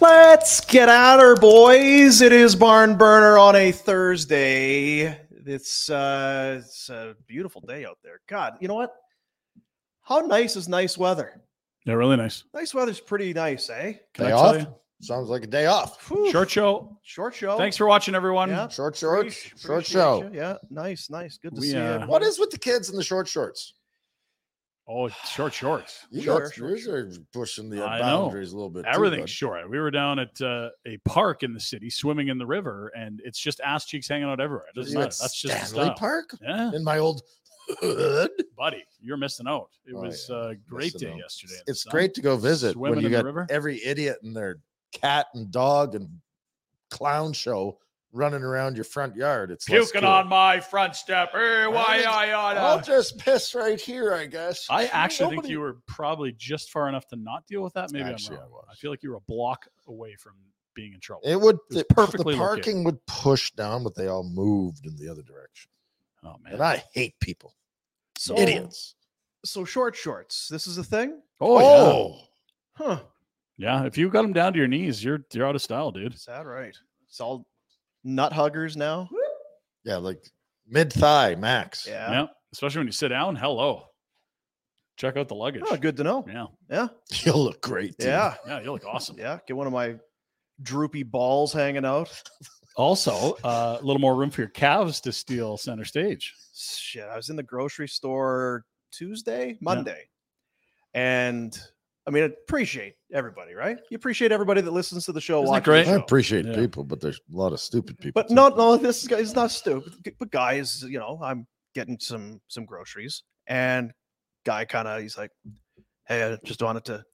Let's get out her boys. It is Barn Burner on a Thursday. It's uh it's a beautiful day out there. God, you know what? How nice is nice weather? Yeah, really nice. Nice weather's pretty nice, eh? Can day I tell off? Sounds like a day off. Whew. Short show. Short show. Oh. Thanks for watching, everyone. Yeah. Short Appreciate- shorts. Short appreciate show. you. Yeah, nice, nice. Good to We, see uh, you. What is with the kids in the short shorts? Oh, short shorts. You Sure, guys- sure, you guys are pushing the I know. boundaries a little bit. too, Everything's bud. short. We were down at uh, a park in the city, swimming in the river, and it's just ass cheeks hanging out everywhere. It doesn't You matter. at That's just the Stanley style. Park Yeah, in my old hood. buddy, you're missing out. It Oh, was yeah, a great Listen, day though, yesterday. in the It's sun. great to go visit Swimming when you in the got river. every idiot and their cat and dog and clown show running around your front yard. It's less Puking cool. on my uh, front step. Hey, why, I, I, I'll just piss right here, I guess. I Ain't actually think nobody- you were probably just far enough to not deal with that. Maybe Actually, I'm I wrong. was. I, feel like you were a block away from being in trouble. It would It was the- perfectly the located. parking would push down, but they all moved in the other direction. oh man, And I hate people. So, Idiots. So short shorts. This is a thing? oh, Huh. yeah. yeah. If you got them down to your knees, you're you're out of style, dude. Is that right? It's all nut huggers now. yeah, like mid thigh max. Yeah. Yeah. Especially when you sit down. Hello. Check out the luggage. Oh, good to know. Yeah. Yeah. You'll look great. dude. Yeah. Yeah. You look awesome. Yeah. Get one of my droopy balls hanging out. Also, uh, a little more room for your calves to steal center stage. shit, I was in the grocery store Tuesday, Monday, and I mean, I appreciate everybody, right? You appreciate everybody that listens to the show. Isn't watches that great? I The show. appreciate Yeah. people, but there's a lot of stupid people. But too. no, no, this guy is not stupid. G- But guys, you know, I'm getting some some groceries, and guy kind of he's like, "Hey, I just wanted to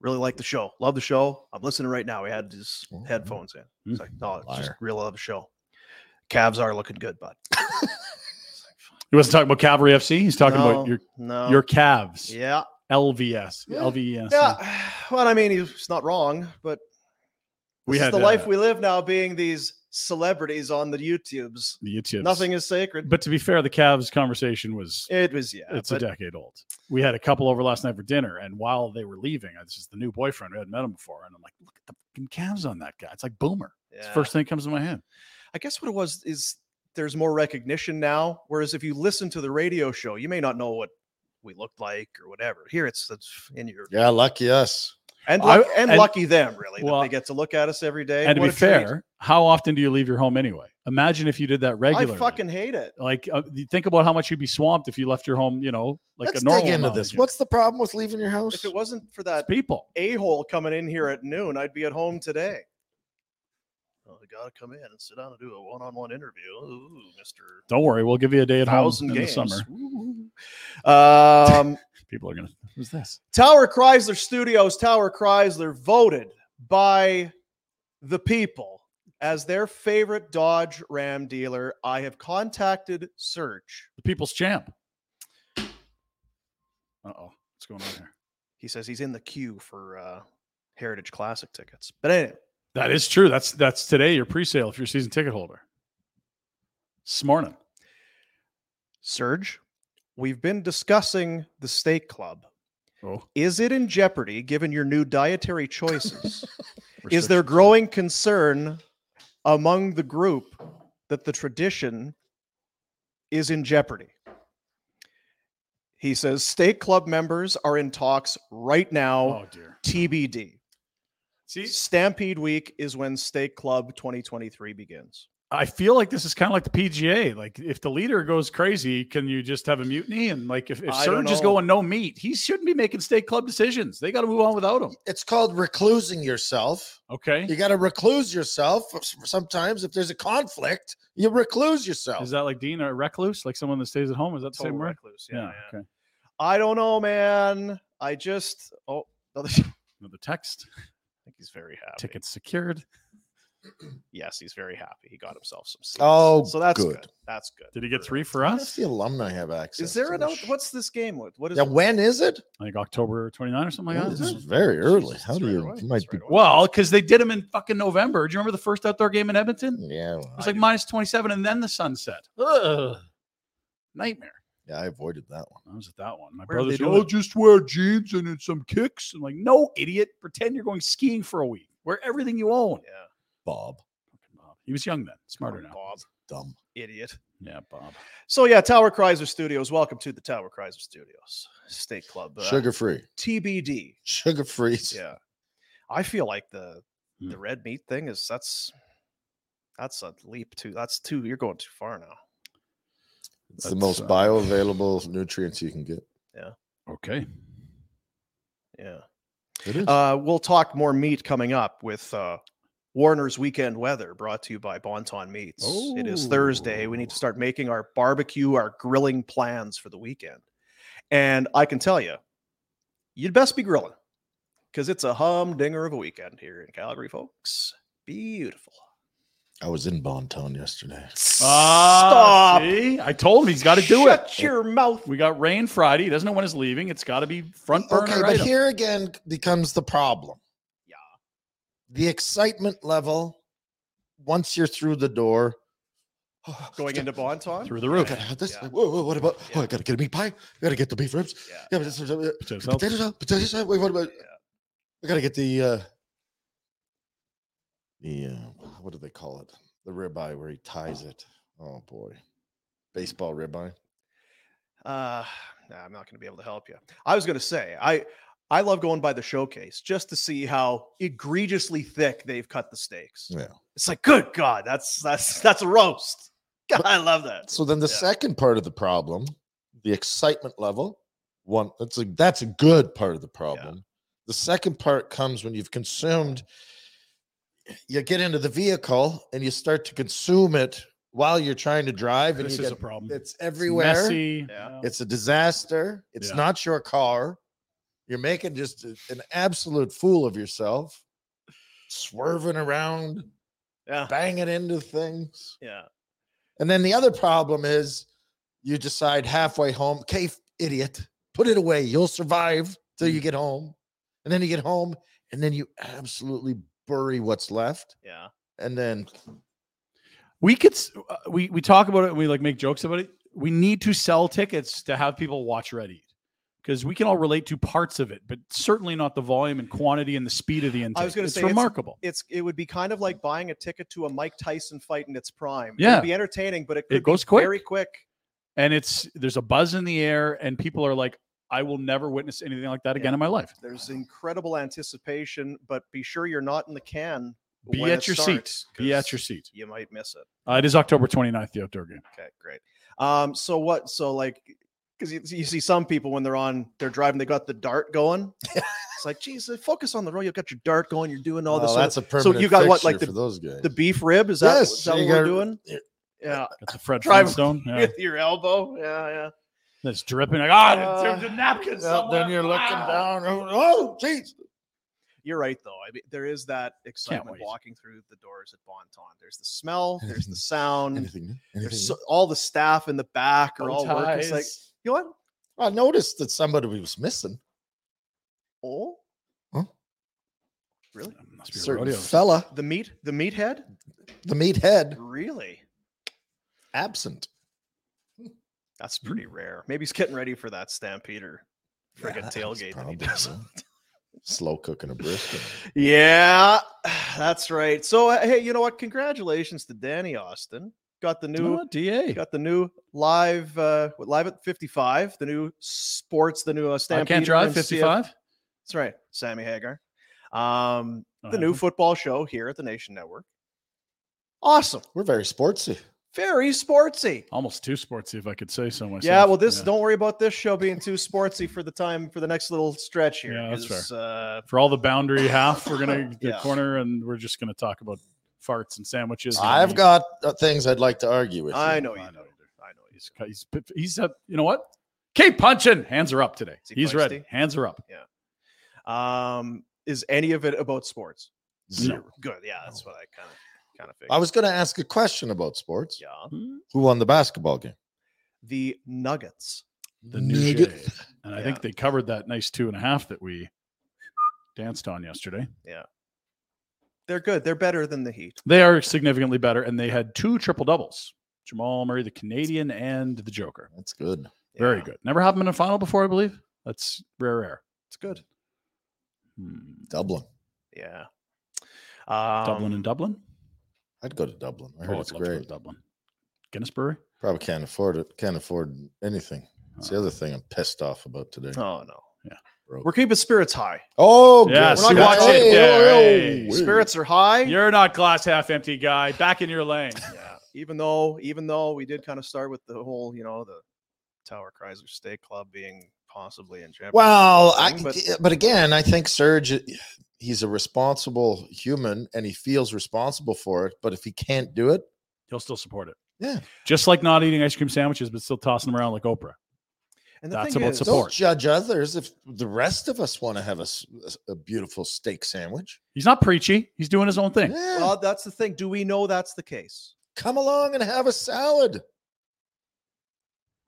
really like the show, love the show. I'm listening right now." He had his Oh, Mm-hmm. yeah. headphones in. He's like, "No, it's just Liar. really love the show. Calves are looking good, bud." He wasn't talking about Cavalry FC. He's talking about No, your no, your calves. yeah. LVS. Yeah. LVS. Yeah. Well, I mean, he's not wrong, but We this is had the life uh, we live now being these celebrities on the YouTubes. the YouTubes. Nothing is sacred. But to be fair, the Cavs conversation was It was, yeah. it's but a decade old. We had a couple over last night for dinner, and while they were leaving, I- this is the new boyfriend. We hadn't met him before, and I'm like, look at the fucking Cavs on that guy. It's like Boomer. It's the yeah. first thing that comes to my head. I guess what it was is there's more recognition now. Whereas if you listen to the radio show, you may not know what we looked like or whatever. Here it's, it's in your. yeah, lucky us. And, I- luck- and, and- lucky them, really. that well, they get to look at us every day. And to What be a treat. fair, how often do you leave your home anyway? Imagine if you did that regularly. I fucking hate it. like uh, you think about how much you'd be swamped if you left your home. You know, like Let's a normal dig into amount this. again. What's the problem with leaving your house? If it wasn't for It's that people? a hole coming in here at noon, I'd be at home today. Well, I gotta come in and sit down and do a one-on-one interview. Ooh, Mister Don't worry, we'll give you a day at home Thousand in Games. the summer. Ooh. Um, People are gonna. Who's this? Tower Chrysler Studios, Tower Chrysler voted by the people as their favorite Dodge Ram dealer. I have contacted Search. The people's champ. Uh oh, what's going on here? He says he's in the queue for uh, Heritage Classic tickets. But anyway, That is true. That's that's today your pre-sale if you're a season ticket holder. This morning. Serge, we've been discussing the steak club. Oh, Is it in jeopardy given your new dietary choices? Is there growing concern among the group that the tradition is in jeopardy? He says state club members are in talks right now, Oh dear. TBD. See, Stampede Week is when State Club 2023 begins. I feel like this is kind of like the PGA. Like, if the leader goes crazy, can you just have a mutiny? And like, if, if I don't Serge is know. going no meat, he shouldn't be making state club decisions. They got to move on without him. it's called reclusing yourself. Okay, You got to recluse yourself. Sometimes, if there's a conflict, you recluse yourself. is that like Dean or recluse, like someone that stays at home? Is that the same Total word? recluse, yeah, yeah. Okay. I don't know, man. I just oh, I think Another text. he's very happy. Tickets secured. Yes, he's very happy. He got himself some seats. Oh, so that's good. good. That's good. Did he get for- three for Why does us? the alumni have access? Is there to an this out? sh- What's this game with? What is Yeah, it? when is it? Like October 29 or something like Oh, that. this isn't is it? very early. Jesus, How it's do right you away, you might it's be? right away. Well, because they did them in fucking November. Do you remember the first outdoor game in Edmonton? It Yeah, well, I was like do. minus 27 and then the sunset. Ugh. Nightmare. yeah, I avoided that one. I was at that one. My Where did brother's they like, do oh, it? just wear jeans and then some kicks. I'm like, no, idiot. Pretend you're going skiing for a week. Wear everything you own. Yeah. Bob, Fucking Bob. He was young then, Come smarter on, now. Bob, dumb. idiot. Yeah, Bob. So yeah, Tower Chrysler Studios. Welcome to the Tower Chrysler Studios State Club. uh, Sugar free. TBD. Sugar free. Yeah. I feel like the the Hmm. red meat thing is that's that's a leap too. That's too. You're going too far now. It's That's, the most uh, bioavailable nutrients you can get. Okay. Yeah. It is. Uh, we'll talk more meat coming up with uh, Warner's Weekend Weather, brought to you by Bonton Meats. It is Thursday. We need to Oh. start making our barbecue, our grilling plans for the weekend. And I can tell you, you'd best be grilling because it's a humdinger of a weekend here in Calgary, folks. Beautiful. I was in Bonton yesterday. Ah, see? I told him he's got to do Shut it. your mouth. We got rain Friday. He doesn't know when it's leaving. It's got to be front burner. Okay, but item. here again becomes the problem. Yeah. The excitement level once you're through the door. Going into Bonton? through the roof. I gotta have this. Yeah. Whoa, whoa, what about? Yeah. Oh, I gotta get a meat pie. I gotta get the beef ribs. Yeah. Yeah, but this is- uh, Potatoes out. potatoes. out, Potatoes. out. Wait, what about? I gotta get the uh, the uh, what do they call it? The ribeye where he ties it. Oh boy, baseball ribeye. Uh, nah, I'm not going to be able to help you. I was going to say, I I love going by the showcase just to see how egregiously thick they've cut the steaks. Yeah. It's like, good God, that's that's that's a roast. God, I love that. So then the Yeah. second part of the problem, the excitement level, one that's a that's a good part of the problem. The second part comes when you've consumed you get into the vehicle and you start to consume it while you're trying to drive and This you is get, a problem. it's everywhere. It's, Messy. Yeah. a disaster. It's Yeah. not your car. You're making just a- an absolute fool of yourself. Swerving around, Yeah, banging into things. yeah. And then the other problem is you decide halfway home, okay, f- idiot, put it away. You'll survive till Mm. you get home. And then you get home and then you absolutely bury what's left. Yeah. And then we could s- uh, we we talk about it and we like make jokes about it we need to sell tickets to have people watch red eat because we can all relate to parts of it but certainly not the volume and quantity and the speed of the intake was gonna it's say, it's- remarkable It's it would be kind of like buying a ticket to a Mike Tyson fight in its prime. Yeah. It'd be entertaining, but it, It could be goes quick. very quick. and it's there's a buzz in the air and people are like I will never witness anything like that again in my life. There's incredible anticipation, but be sure you're not in the can. Be when at it your seat. starts, Be 'cause at your seat. You might miss it. Uh, it is October 29th, the outdoor game. Okay, great. Um, so what? So like, because you, you see some people when they're on, they're driving, they got the dart going. it's like, geez, focus on the road. You've got your dart going. You're doing all Well, this. other- that's a permanent. So you got what, like fixture for the, those guys? the beef rib? Is that, Yes, is that you what we're got- doing? Yeah, That's a Fred Drive- Flintstone. Yeah. with your elbow. Yeah, yeah. That's dripping. Like, ah, Uh, there's a napkin Well, somewhere. then you're looking Ah. down. Oh, oh, jeez. You're right though. I mean, there is that excitement wait. walking through the doors at Bonton. There's the smell. There's the Anything- Um, sound. Anything? new? Anything There's new? so, all the staff in the back are Bow all working. It's like, ties. you know what? I noticed that somebody was missing. Oh, Really? Must be a Certain rodeo. fella, the meat, the meathead. the meathead, Really? absent. That's pretty rare. Maybe he's getting ready for that Stampeder friggin' that was tailgate that he probably does. so. Slow cooking a brisket. Yeah, that's right. So uh, hey, you know what? Congratulations to Danny Austin. Got the new Oh, DA. got the new live uh what, live at 55, the new sports, the new uh, I Stampeder. can't drive and CF 55. That's right, Sammy Hagar. Um Oh, the new haven't. football show here at the Nation Network. Awesome. We're very sportsy. Very sportsy. Almost too sportsy, if I could say so myself. Yeah, well, this don't worry about this show being too sportsy for the time for the next little stretch here. Yeah, that's fair. 'cause, Uh, For all the boundary half, we're going to the Yeah. corner and we're just going to talk about farts and sandwiches. and I've meat. got uh, things I'd like to argue with. I you. know you I do. know you I know you He's, do. he's, he's uh, you know what? Keep punching. Hands are up today. Is he he's ready. feisty? Hands are up. Um, is any of it about sports? Zero. Good. Yeah, that's what I kind of kind of figured. I was going to ask a question about sports. yeah. Who won the basketball game? The Nuggets. The new Nugget. Jay. And I Yeah. think they covered that nice two and a half that we danced on yesterday. They're good. They're better than the Heat. They are significantly better, and they had two triple doubles. Jamal Murray, the Canadian, and the Joker. That's good. Very Yeah, good. Never happened in a final before, I believe. That's rare, rare. It's good. Hmm. Dublin. Yeah. Um, Dublin and Dublin. Oh, I'd go to Dublin. I heard I'd it's love to go to great. Dublin. Guinness Brewery. Probably can't afford it. Can't afford anything. It's Uh. the other thing I'm pissed off about today. Oh no. Yeah. Broke. We're keeping spirits high. Oh, Yes, good. we're not watching it. Hey, oh, Spirits are high. You're not glass half empty guy. Back in your lane. yeah. Even though, even though we did kind of start with the whole, you know, the Tower Chrysler State Club being possibly in jeopardy. Well, I, thing, but- but, again, I think Serge, he's a responsible human and he feels responsible for it. But if he can't do it, He'll still support it. yeah, Just like not eating ice cream sandwiches, but still tossing them around like Oprah. and the that's thing about is, support. don't judge others. If the rest of us want to have a, s- a beautiful steak sandwich, He's not preachy. He's doing his own thing. yeah, Well, that's the thing. Do we know that's the case? come along and have a salad.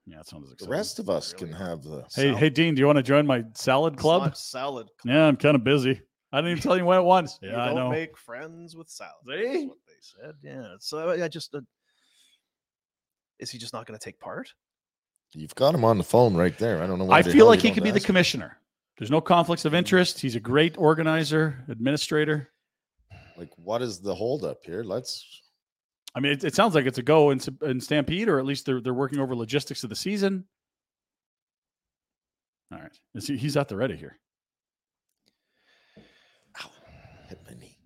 Yeah, it sounds The exciting. rest of us Really can not. have the. Hey, salad. hey, Dean, do you want to join my salad It's club? not salad. club. Yeah, I'm kind of busy. I didn't even tell you when it was. You Yeah, I don't know. make friends with salad. that's See? what they said. Yeah. So I just uh, is he just not going to take part? you've got him on the phone right there. I don't know. why I the feel hell like you he could don't be the ask him. commissioner. There's no conflicts of interest. He's a great organizer, administrator. Like, what is the holdup here? Let's. I mean, it, it sounds like it's a go in, Stamp- in Stampede, or at least they're they're working over logistics of the season. All right, Is he- he's at the ready here. Ow, hit my knee.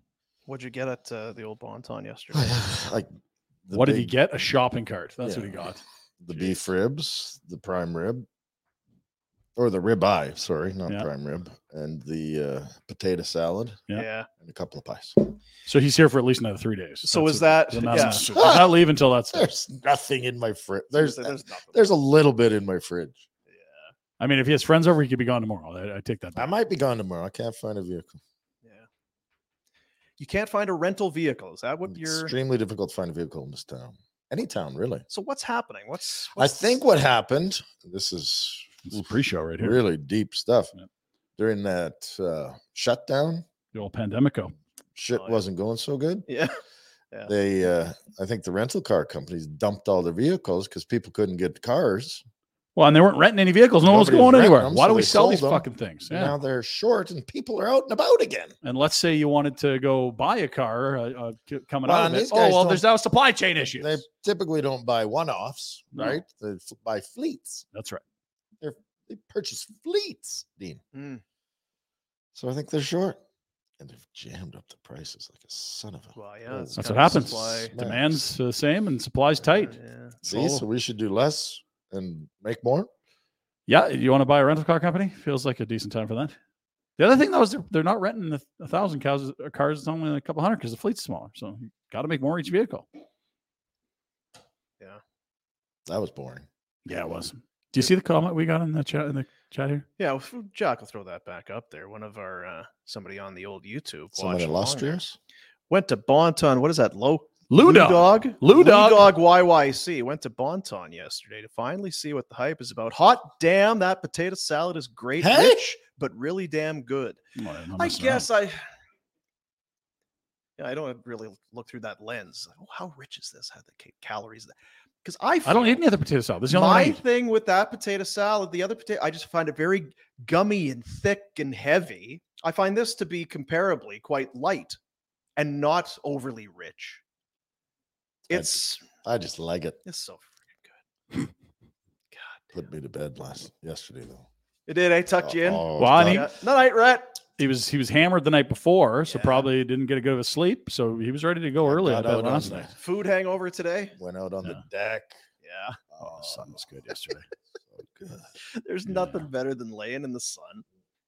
What'd you get at uh, the old Bonton yesterday? like the what did he big- get? A shopping cart. That's what he Yeah. got. The Jeez. beef ribs, the prime rib, or the rib eye, sorry, not Yeah. prime rib, and the uh, potato salad Yeah. yeah. and a couple of pies. So he's here for at least another three days. So That's is what- that- then that's yeah. not super. Does not leave until that's done. There's nothing in my fridge. There's there's nothing. there's a little bit in my fridge. I mean, if he has friends over, he could be gone tomorrow. I, I take that. I Back. might be gone tomorrow. I can't find a vehicle. yeah. You can't find a rental vehicle. Is that what It's you're? Extremely difficult to find a vehicle in this town. Any town, really. So what's happening? What's, I what's think what happened. This is It's a pre-show right here. really deep stuff. Yep. During that uh, shutdown, The old pandemico. shit Oh, yeah. wasn't going so good. yeah. Yeah. they uh i think the rental car companies dumped all their vehicles because people couldn't get cars Well, and they weren't renting any vehicles. No one was Nobody was going renting anywhere. them, Why so do we they sell these sold them. fucking things? So Yeah. now they're short and people are out and about again And let's say you wanted to go buy a car uh, uh, c- coming Well, out of and it. these Oh, guys well, there's don't- now supply chain issues. they typically don't buy one-offs No. right they f- buy fleets That's right. They purchase fleets, Dean. Mm. So I think they're short. And they've jammed up the prices like a son of a. Well, yeah, Oh, it's That's Kind what of happens. supply. Uh, Demand's the same and supply's tight. Yeah. See, so So- we should do less and make more. Yeah, you want to buy a rental car company? Feels like a decent time for that. The other thing though is they're, they're not renting the a thousand cows or cars. It's only a couple hundred because the fleet's smaller. So you got to make more each vehicle. That was boring. Yeah, it was. Do you see the comment we got in the chat in the chat here? Yeah, if- Jock will throw that back up there. One of our uh, somebody on the old YouTube Somebody watched along there. illustrious. went to Bonton. What is that? Low Lou Dog. Dog? Lou Dog. YYC went to Bonton yesterday to finally see what the hype is about. Hot damn, that potato salad is great, Hey? rich, but really damn good. Come on, I'm not I messing around. guess I. Yeah, I don't really look through that lens. Like, oh, how rich is this? How the ca- calories? Because I I don't feel- eat any other potato salad. This is the only one I my eat. thing with that potato salad, the other potato, I just find it very gummy and thick and heavy. I find this to be comparably quite light and not overly rich. I- It's I just like it. it's so freaking good. God, Put me to bed last yesterday though. it did. I Uh, tucked you in. Oh, Well, I God. mean- Yeah. Night, night, rat. He was he was hammered the night before, so Yeah. probably didn't get a good of a sleep. So he was ready to go early. I got bet, out on last the- night. Food hangover today. went out on the Yeah. deck. Yeah, Oh, the sun was good yesterday. so good. there's Yeah. nothing better than laying in the sun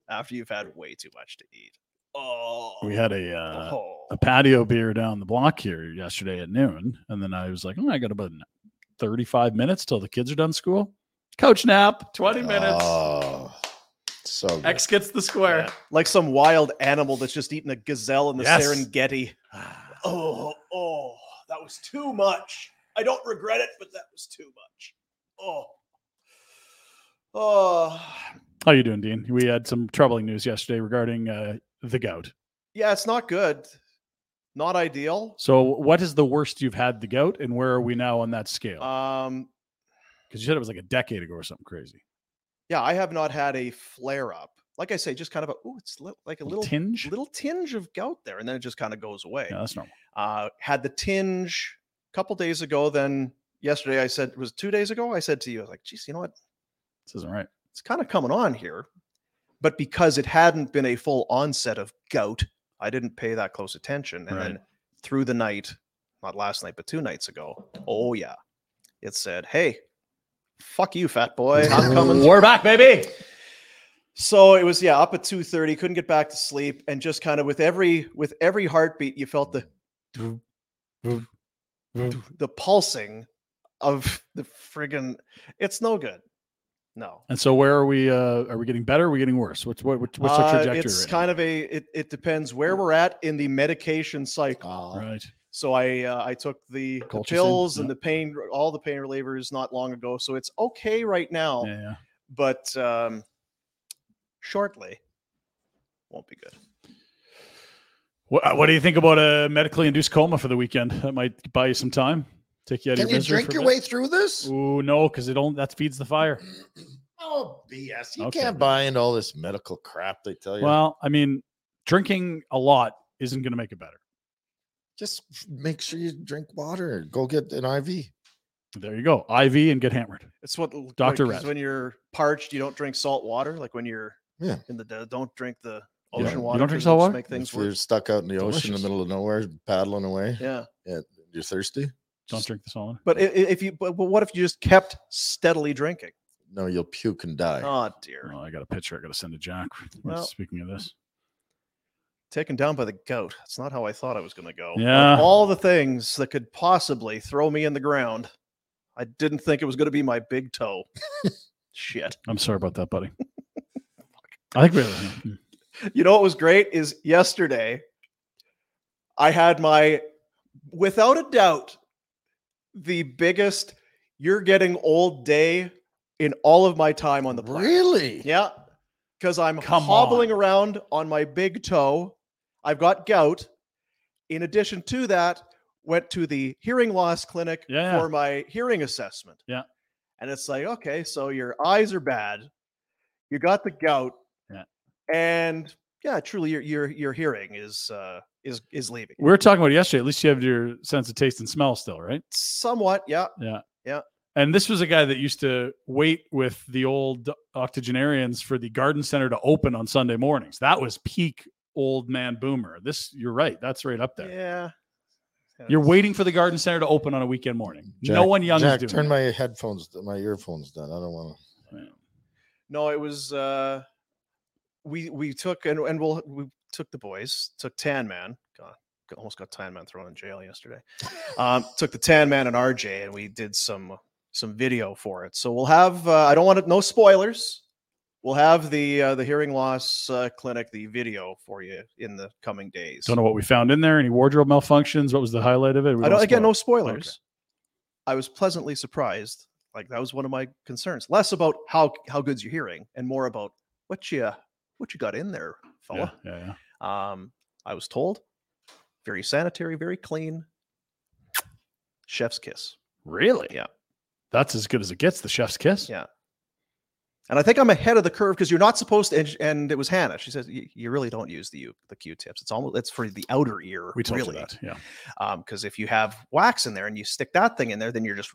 after you've had way too much to eat. Oh, We had a uh, oh. a patio beer down the block here yesterday at noon, and then I was like, oh, I got about thirty-five minutes till the kids are done school. Coach nap, twenty minutes. Ah. Oh, so good. X gets the square. Yeah, like some wild animal that's just eating a gazelle in the Yes. Serengeti. Oh, oh, that was too much. I don't regret it, but that was too much. Oh, oh, How you doing, Dean? We had some troubling news yesterday regarding uh, the gout. yeah, it's not good. Not ideal. So, what is the worst you've had the gout, and where are we now on that scale? Um, Because you said it was like a decade ago or something crazy. yeah, I have not had a flare up. Like I say, just kind of a oh, it's li- like a little tinge. little tinge of gout there, and then it just kind of goes away. yeah, that's normal. uh, had the tinge a couple days ago. Then yesterday, I said, was it two days ago? I said to you, I was like, geez, you know what? This isn't right. It's kind of coming on here. But because it hadn't been a full onset of gout, I didn't pay that close attention. And Right. then through the night, not last night, but two nights ago, oh, yeah, it said, hey, fuck you, fat boy. I'm coming. We're back, baby. So it was yeah, up at 2:30, couldn't get back to sleep and just kind of with every with every heartbeat you felt the the pulsing of the friggin' it's no good. No. And so, where are we? Uh, are we getting better? Are we getting worse? What's what? What's what's the Uh, trajectory? it's right now? kind of a it, it depends where we're at in the medication cycle. Oh, right. So I uh, I took the, the Colchicine, pills and yeah. the pain all the pain relievers not long ago, so it's okay right now, Yeah, yeah. but um shortly won't be good. uh, What, what do you think about a medically induced coma for the weekend? That might buy you some time. Take you out Can of your you misery drink for a your bit. way through this? Ooh, no, because it only that feeds the fire. Oh, BS. You Okay. can't buy into all this medical crap they tell you. Well, I mean, drinking a lot isn't going to make it better. just f- make sure you drink water. Go get an IV. There you go, IV and get hammered. It's what l- like, Dr. 'cause Rhett. When you're parched, you don't drink salt water. Like when you're Yeah. in the de- don't drink the You don't- ocean you water. don't drink 'cause it'll just salt water? Make things if you're worse. stuck out in the ocean in the Delicious. middle of nowhere, paddling away. Yeah, You're thirsty. Don't Just- drink the solid. but i- i- if you but but what if you just kept steadily drinking? No, you'll puke and die. Oh dear, Well, I got a picture. I got to send to Jack. Well- Speaking of this, taken down by the goat. That's not how I thought I was going to go. Of Yeah. all the things that could possibly throw me in the ground, I didn't think it was going to be my big toe. Shit. I'm sorry about that, buddy. I think we. You know what was great is yesterday I had my without a doubt the biggest you're getting old day in all of my time on the planet. really? Yeah. Cuz I'm Come hobbling on. around on my big toe. I've got gout. In addition to that, went to the hearing loss clinic Yeah. for my hearing assessment. Yeah. And it's like, okay, so your eyes are bad. You got the gout. Yeah. And yeah, truly your your your hearing is uh is is leaving. We were talking about it yesterday. At least you have your sense of taste and smell still, right? Somewhat, yeah. Yeah. Yeah. And this was a guy that used to wait with the old octogenarians for the garden center to open on Sunday mornings. That was peak old man boomer. This, you're right. That's right up there. Yeah. You're waiting for the garden center to open on a weekend morning. no Jack- one young Jack, is doing turn it. my headphones, my earphones down. I don't want to. No, it was uh we we took and and we'll we took the boys, took Tan Man. God, got- almost got Tan Man thrown in jail yesterday. Um took the Tan Man and RJ and we did some some video for it. So we'll have uh, I don't want to no spoilers. We'll have the uh, the hearing loss uh, clinic the video for you in the coming days. Don't know what we found in there. Any wardrobe malfunctions? What was the highlight of it? We I don't, again, no spoil. spoilers. I was pleasantly surprised. Like that was one of my concerns. Less about how how good's your hearing, and more about what you what you got in there, Yeah, fella. yeah, yeah. Um, I was told very sanitary, very clean. Chef's kiss. Really? Yeah. That's as good as it gets. The chef's kiss. Yeah. And I think I'm ahead of the curve because you're not supposed to. And, sh- and it was Hannah. She says "You- you really don't use the U- the Q-tips. It's almost it's for the outer ear. We told really. you that. Yeah. because if you have wax in there and you stick that thing in there, then you're just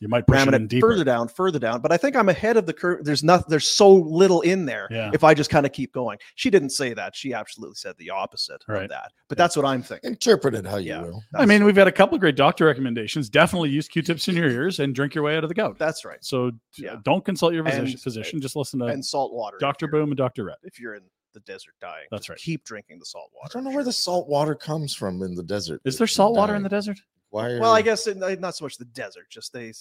You might push ramming it it, in deeper. further down, further down. But I think I'm ahead of the curve. There's nothing. There's so little in there. Yeah. If I just kind of keep going, she didn't say that. She absolutely said the opposite Right. of that. But that's what I'm thinking. Interpret it how you Yeah. will. I mean, we've had a couple of great doctor recommendations. Definitely use Q-tips in your ears and drink your way out of the gout. That's right. So d- Yeah. don't consult your physician. And- physician. Just listen to and salt water, if Doctor you're- Boom and Doctor Red. If you're in the desert dying, That's just right. Keep drinking the salt water. I don't know where the salt water comes from in the desert. Is there salt water in the desert? Why? Are, Well, I guess it, not so much the desert. Just they.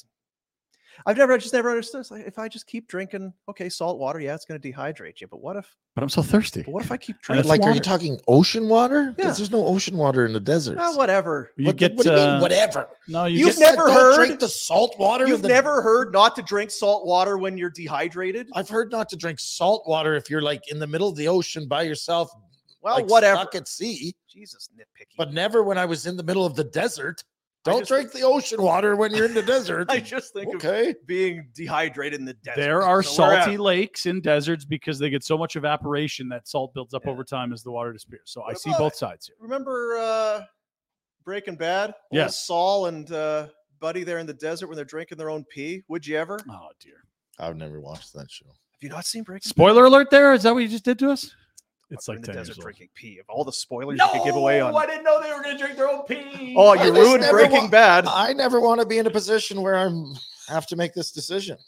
I've never, I just never understood. It's like if I just keep drinking, okay, salt water, yeah, it's going to dehydrate you. But what if, But I'm so thirsty. but what if I keep And drinking? it's like, are water. you talking ocean water? Because Yeah. there's no ocean water in the desert. Ah, whatever. You what, the- get what do you uh, mean, whatever? No, you You've get, said never don't heard- drink the salt water. of You've the- never heard not to drink salt water when you're dehydrated. I've heard not to drink salt water if you're like in the middle of the ocean by yourself. Well, like, whatever. Stuck at sea, Jesus, nitpicky. but never when I was in the middle of the desert. I Don't just- drink the ocean water when you're in the desert. I just think okay. of being dehydrated in the desert. there are So we're salty at- lakes in deserts because they get so much evaporation that salt builds up Yeah. over time as the water disappears. So I What see about- both sides here. Remember uh, Breaking Bad? Old Yes. Saul and uh, Buddy there in the desert when they're drinking their own pee. Would you ever? Have Oh dear. I've never watched that show. you not seen Breaking? Spoiler alert! There is that what you just did to us? It's They're in like the 10 years desert old. drinking pee. Of all the spoilers you could give away on. didn't know they were going to drink their own pee. Oh, I you just ruined never Breaking wa- Bad. I never want to be in a position where I'm have to make this decision.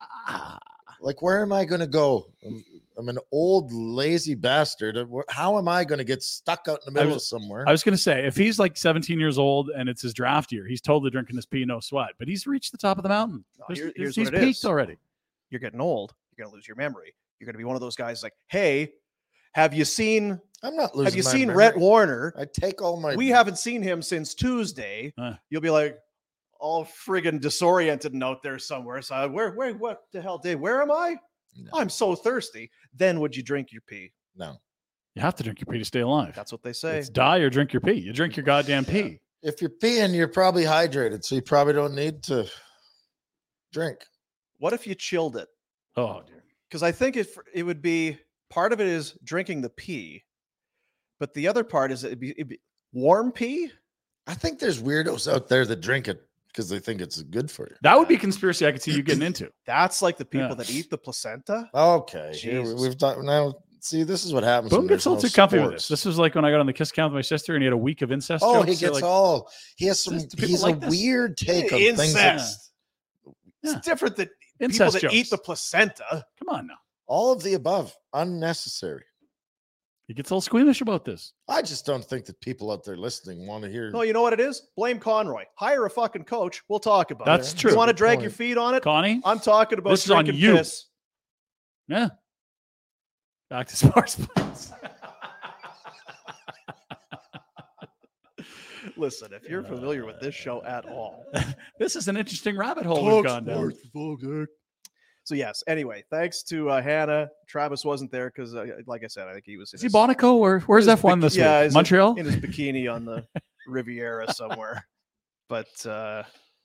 Ah. Like, where am I going to go? I'm, I'm an old lazy bastard. Uh, wh- How am I going to get stuck out in the I middle was- of somewhere? I was going to say, if he's like 17 years old and it's his draft year, he's totally drinking his pee, no sweat. But he's reached the top of the mountain. No, There's- Oh, here- there's- here's he's what it peaked is. already. You're getting old. You're going to lose your memory. You're going to be one of those guys like, hey, have you seen I'm not losing. have you my seen memory. Rhett Warner? I take all my. we haven't seen him since Tuesday. Uh. You'll be like all friggin' disoriented and out there somewhere. So I- where, where, what the hell did? Where am I? No. I'm so thirsty. Then would you drink your pee? no. You have to drink your pee to stay alive. That's what they say. it's die or drink your pee. You drink your goddamn pee. If you're peeing, you're probably hydrated, so you probably don't need to drink. what if you chilled it? Oh dear. Because I think if it would be part of it is drinking the pee, but the other part is it'd be, it'd be warm pee. I think there's weirdos out there that drink it because they think it's good for you. That would be conspiracy. I could see you getting into. That's like the people Yeah. that eat the placenta. Okay, here we- Jesus. we've talked now. See, this is what happens. Boom when gets there's a little no too comfy with this. sports. This was like when I got on the kiss count with my sister and he had a week of incest. Oh, jokes. he You're gets like, all. He has some. "This- do people He's like a this?" weird take on things. that- Incest. Yeah. It's different than people incest that jokes. eat the placenta. Come on now. all of the above, unnecessary. He gets a little squeamish about this. I just don't think that people out there listening want to hear. Oh, No, you know what it is? Blame Conroy. Hire a fucking coach. We'll talk about it. That's true. You want to Good drag your point. feet on it? Connie. I'm talking about This is on drinking you. piss. Yeah. Back to sports. please. Listen, if you're familiar with this show at all. Oh. this is an interesting rabbit hole we've gone down. So, yes, anyway, thanks to uh, Hannah. Travis wasn't there because, uh, like I said, I think he was in Is he his- Bonico or where's his F1 bik- this yeah, week? he's in- Montreal? in his bikini on the Riviera somewhere. But uh,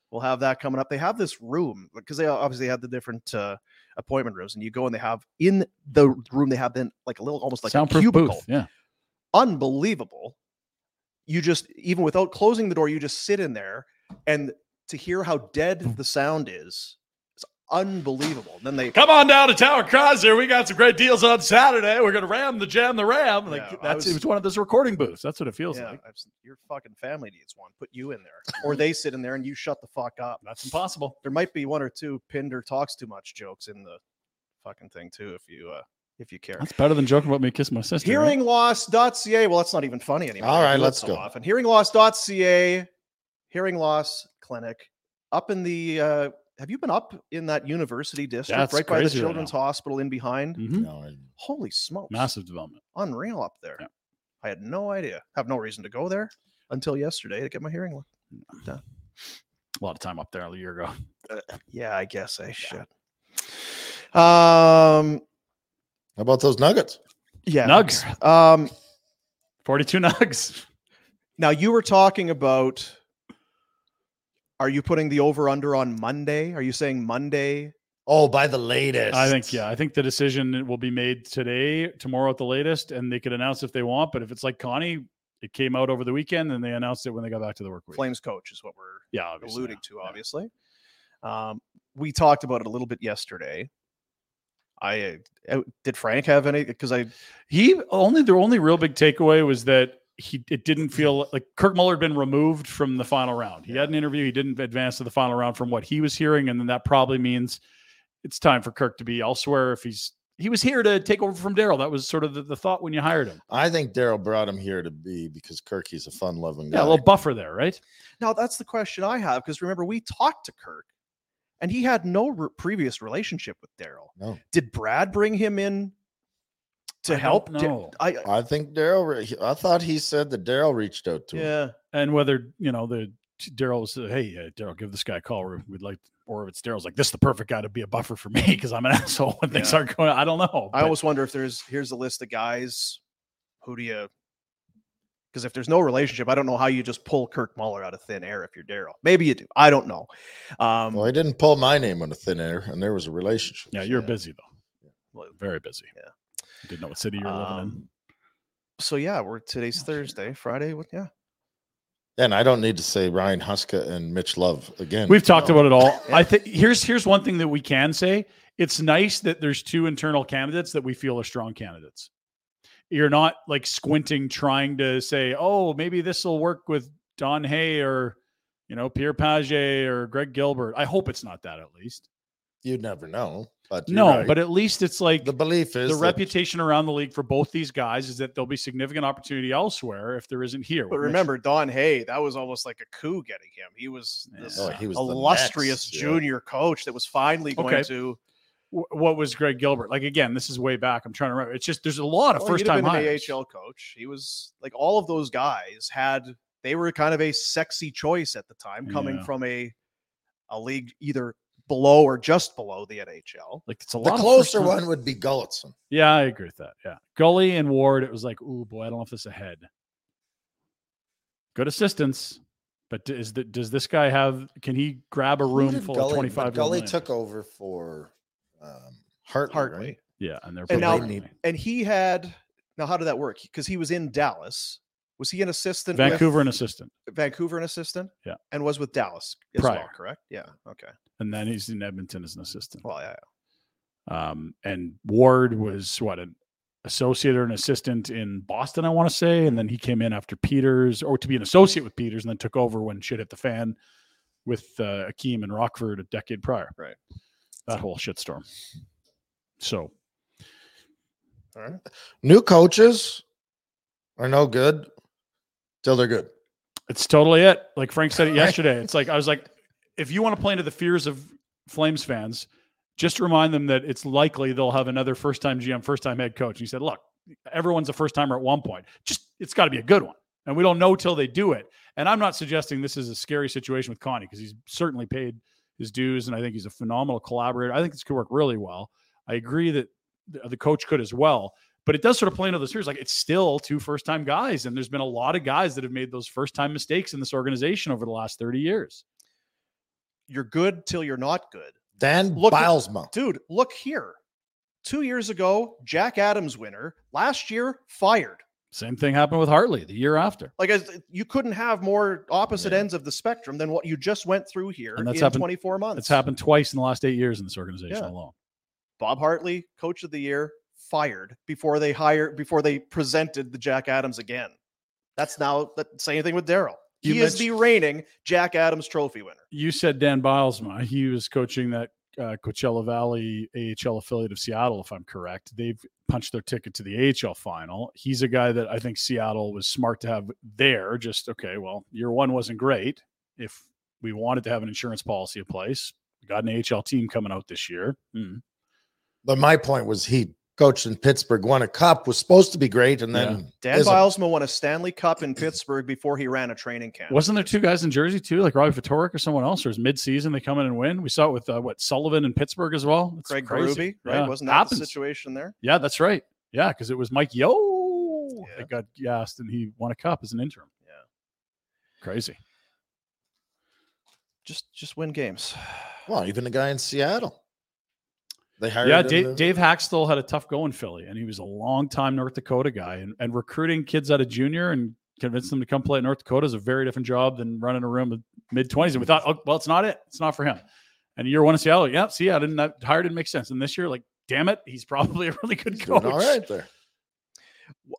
we'll have that coming up. They have this room because they obviously have the different uh, appointment rooms, and you go and they have in the room they have then like a little almost like a Soundproof cubicle. booth. Yeah. Unbelievable. You just even without closing the door, you just sit in there, and to hear how Mm. dead the sound is. It's unbelievable. And then they Come on down to Tower Chrysler. We got some great deals on Saturday. We're gonna ram the jam the ram. Like Yeah, I that's was- it's one of those recording booths. That's what it feels yeah, like. Mm-hmm. I was- your fucking family needs one. Put you in there, or they sit in there and you shut the fuck up. That's impossible. There might be one or two Pinder talks too much jokes in the fucking thing too, if you uh if you care. That's better than joking about me kissing my sister. right? Hearingloss.ca. Well, that's not even funny anymore. All I right, do that let's so go. Often. Hearingloss.ca, hearing loss clinic up in the. uh Have you been up in that university district That's right by the crazy right now. Children's Hospital in behind? Mhm. No, I- Holy smokes! Massive development. unreal up there. Yeah. I had no idea. Have no reason to go there until yesterday to get my hearing. lo- A lot of time up there a year ago. Yeah, I guess I should. Um, How about those nuggets? yeah, no Nugs. care. Um, 42 nugs. now you were talking about. Are you putting the over under on Monday? Are you saying Monday? Oh, by the latest. I think, yeah, I think the decision will be made today, tomorrow at the latest, and they could announce if they want. But if it's like Connie, it came out over the weekend and they announced it when they got back to the work week. Flames coach is what we're Yeah, obviously, alluding to, yeah. obviously. Um, we talked about it a little bit yesterday. I uh, did Frank have any? Because I He only the only real big takeaway was that he it didn't feel like Kirk Muller had been removed from the final round. He had an interview, he didn't advance to the final round from what he was hearing, and then that probably means it's time for Kirk to be elsewhere if he's he was here to take over from Daryl. That was sort of the, the thought when you hired him. I think Daryl brought him here to be because Kirky's a fun loving guy. Yeah, a little buffer there, right? Now that's the question I have because remember we talked to Kirk, and he had no re- previous relationship with Daryl. No. Did Brad bring him in to I help? don't Da- know. I, uh, I think Daryl, re- I thought he said that Daryl reached out to him. yeah. And whether you know the Daryl was, uh, hey, uh, Daryl, give this guy a call. We're- We'd like, or if it's Daryl's like, this is the perfect guy to be a buffer for me because I'm an asshole when things Yeah. aren't going. I don't know. I but- always wonder if there's here's a list of guys. Who do you? Because if there's no relationship, I don't know how you just pull Kirk Muller out of thin air if you're Daryl. Maybe you do. I don't know. Um, Well, he didn't pull my name on a thin air, and there was a relationship. Yeah, you're Yeah. busy though. Well, Very busy. yeah. Didn't know what city you're living in. um, so yeah, we're today's Thursday, Friday. What? Yeah. And I don't need to say Ryan Huska and Mitch Love again. We've talked no. about it all. Yeah. I think here's here's one thing that we can say. It's nice that there's two internal candidates that we feel are strong candidates. You're not like squinting trying to say, "Oh, maybe this will work with Don Hay or you know Pierre Paget or Greg Gilbert." I hope it's not that at least. you never know, but no, but at least it's like the belief is the that- reputation around the league for both these guys is that there'll be significant opportunity elsewhere if there isn't here. But with Mitch- remember, Don Hay, that was almost like a coup getting him. He was this Oh, he was the illustrious next, yeah. junior coach that was finally going Okay. to wh- what was Greg Gilbert like? Again, this is way back. I'm trying to remember. It's just there's a lot of well, first he'd have time been an hires. AHL coach. He was like all of those guys had they were kind of a sexy choice at the time, coming Yeah. from a a league either below or just below the NHL. Like it's a the lot. closer of first-time- one would be Gullitson. Yeah, I agree with that. Yeah, Gully and Ward. It was like, ooh boy, I don't know if this is ahead. Good assistance, but d- is the, does this guy have? Can he grab a room full of 25? Gully took over for um, Hartley. Hartley. right? Yeah, and they're And now- providing it. And he had now how did that work? Because he was in Dallas. Was he an assistant with Vancouver an assistant, Vancouver an assistant? Yeah. And was with Dallas as well, Prior. correct? Yeah. Okay. and then he's in Edmonton as an assistant. Well, yeah. Um, and Ward was what an associate or an assistant in Boston, I want to say, and then he came in after Peters, or to be an associate with Peters, and then took over when shit hit the fan with uh, Akeem and Rockford a decade prior. Right. that whole shitstorm. So All right. New coaches are no good till they're good. it's totally it. Like Frank said it yesterday. It's like I was like, if you want to play into the fears of Flames fans, just remind them that it's likely they'll have another first time GM, first time head coach. And he said, look, everyone's a first timer at one point. Just it's got to be a good one. And we don't know till they do it. And I'm not suggesting this is a scary situation with Connie because he's certainly paid his dues. And I think he's a phenomenal collaborator. I think this could work really well. I agree that the the coach could as well but it does sort of play into the series. Like it's still two first time guys, and there's been a lot of guys that have made those first time mistakes in this organization over the last 30 years. You're good till you're not good. Dan Look at- Bilesma. dude, look here. Two years ago, Jack Adams winner. Last year, fired. Same thing happened with Hartley the year after. Like as you couldn't have more opposite ends of the spectrum than what you just went through here And that's in happened- 24 months. It's happened twice in the last eight years in this organization Yeah. alone. Bob Hartley, coach of the year, fired before they hire before they presented the Jack Adams again. That's now that same thing with Daryl. You He is the reigning Jack Adams Trophy winner. You said Dan Bilesma. He was coaching that uh, Coachella Valley AHL affiliate of Seattle, if I'm correct. They've punched their ticket to the AHL final. He's a guy that I think Seattle was smart to have there. Just, okay, well, year one wasn't great. If we wanted to have an insurance policy in place, we got an AHL team coming out this year. Hmm. But my point was he coached in Pittsburgh, won a cup, was supposed to be great, and then Dan isn't. Bilesma won a Stanley Cup in Pittsburgh before he ran a training camp. Wasn't there two guys in Jersey too, like Robbie Fatorik or someone else? Or is mid-season they come in and win? We saw it with uh, what Sullivan in Pittsburgh as well. It's Craig crazy. Berube, right? Yeah. Wasn't that Happens. the situation there? Yeah, that's right. Yeah, because it was Mike Yo Yeah. that got gassed and he won a cup as an interim. Yeah. Crazy. Just just win games. Well, even the guy in Seattle. They hired Yeah, him Dave, to- Dave Haxtell had a tough go in Philly, and he was a long-time North Dakota guy. And, and recruiting kids out of junior and convincing them to come play at North Dakota is a very different job than running a room with mid-20s. And we thought, oh, well, it's not it. It's not for him. And year one in Seattle, yeah, see, I didn't that hire didn't make sense. And this year, like, damn it, he's probably a really good He's coach. doing all right there.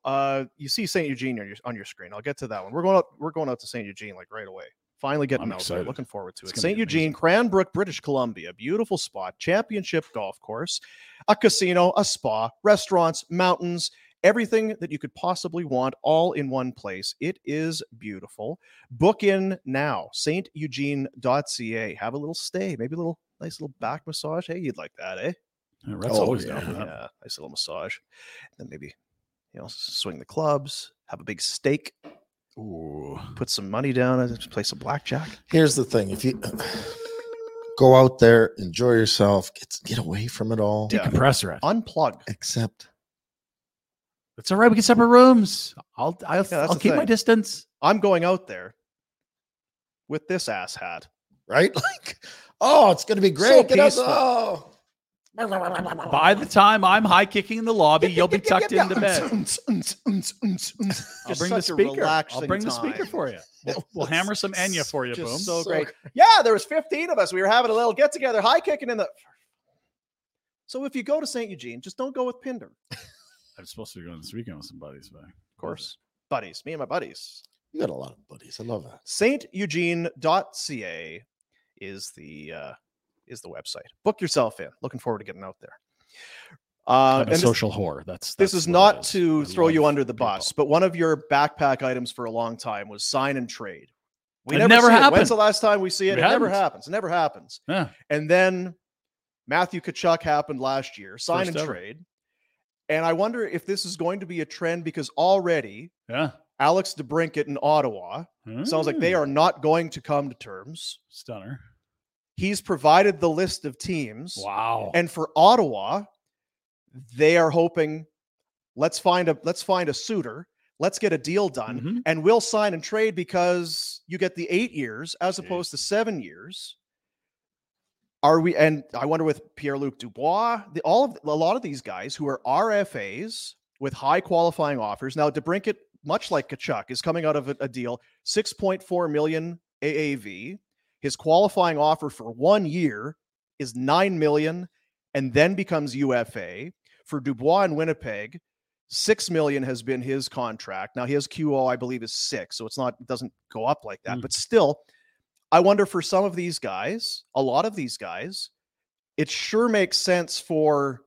Uh, you see St. Eugene on your, on your screen. I'll get to that one. We're going out, we're going out to St. Eugene like right away. Finally getting I'm out excited. there. Looking forward to It's it. gonna St. be amazing. Eugene, Cranbrook, British Columbia. Beautiful spot. Championship golf course, a casino, a spa, restaurants, mountains, everything that you could possibly want all in one place. It is beautiful. Book in now. StEugene.ca. Have a little stay, maybe a little nice little back massage. Hey, you'd like that, eh? Yeah, Rhett's Oh, always down yeah. for that. Yeah, nice little massage. Then maybe, you know, swing the clubs, have a big steak, Ooh. put some money down, and just play some blackjack. Here's the thing: if you go out there, enjoy yourself, get get away from it all, Yeah. Compressor. Rhett. Unplug. except It's all right. We get separate rooms. I'll I'll, Yeah, that's I'll the keep my thing. distance. I'm going out there with this ass hat. right, like, oh, it's gonna be great. get out, peaceful. oh, By the time I'm high kicking in the lobby, you'll be tucked into bed. I'll Just bring the such a speaker. I'll relaxing bring the speaker time. for you. We'll, we'll hammer some Enya for you, Just boom. so great. Yeah, there was 15 of us. We were having a little get together, high kicking in the. So if you go to St. Eugene, just don't go with Pinder. Of I'm supposed to be going this weekend with some buddies, but of buddies, me and my buddies. You got a lot of buddies. I love that. sainteugene.ca is the uh, is the website. Book yourself in. Looking forward to getting out there. Uh, I'm a and this, social whore. That's, this that's is what it not to I throw you love under the people. bus, but one of your backpack items for a long time was sign and trade. We It never, never see it. happened. When's the last time we see it? It It, never hadn't. happens. It never happens. Yeah. And then Matthew Kachuk happened last year, sign First and ever. trade. And I wonder if this is going to be a trend because already Yeah. Alex DeBrinket in Ottawa Sounds like they Mm. are not going to come to terms. stunner. He's provided the list of teams. Wow. And for Ottawa, they are hoping let's find a let's find a suitor. Let's get a deal done Mhm. and we'll sign and trade because you get the 8 years as opposed to 7 years. Are we and I wonder with Pierre-Luc Dubois, the, all of a lot of these guys who are RFAs with high qualifying offers. Now DeBrinket much like Kachuk is coming out of a, a deal 6.4 million AAV. His qualifying offer for one year is 9 million and then becomes UFA. For Dubois in Winnipeg, 6 million has been his contract. Now his QO I believe is 6, so it's not it doesn't go up like that, Mm. but still I wonder for some of these guys, a lot of these guys, it sure makes sense for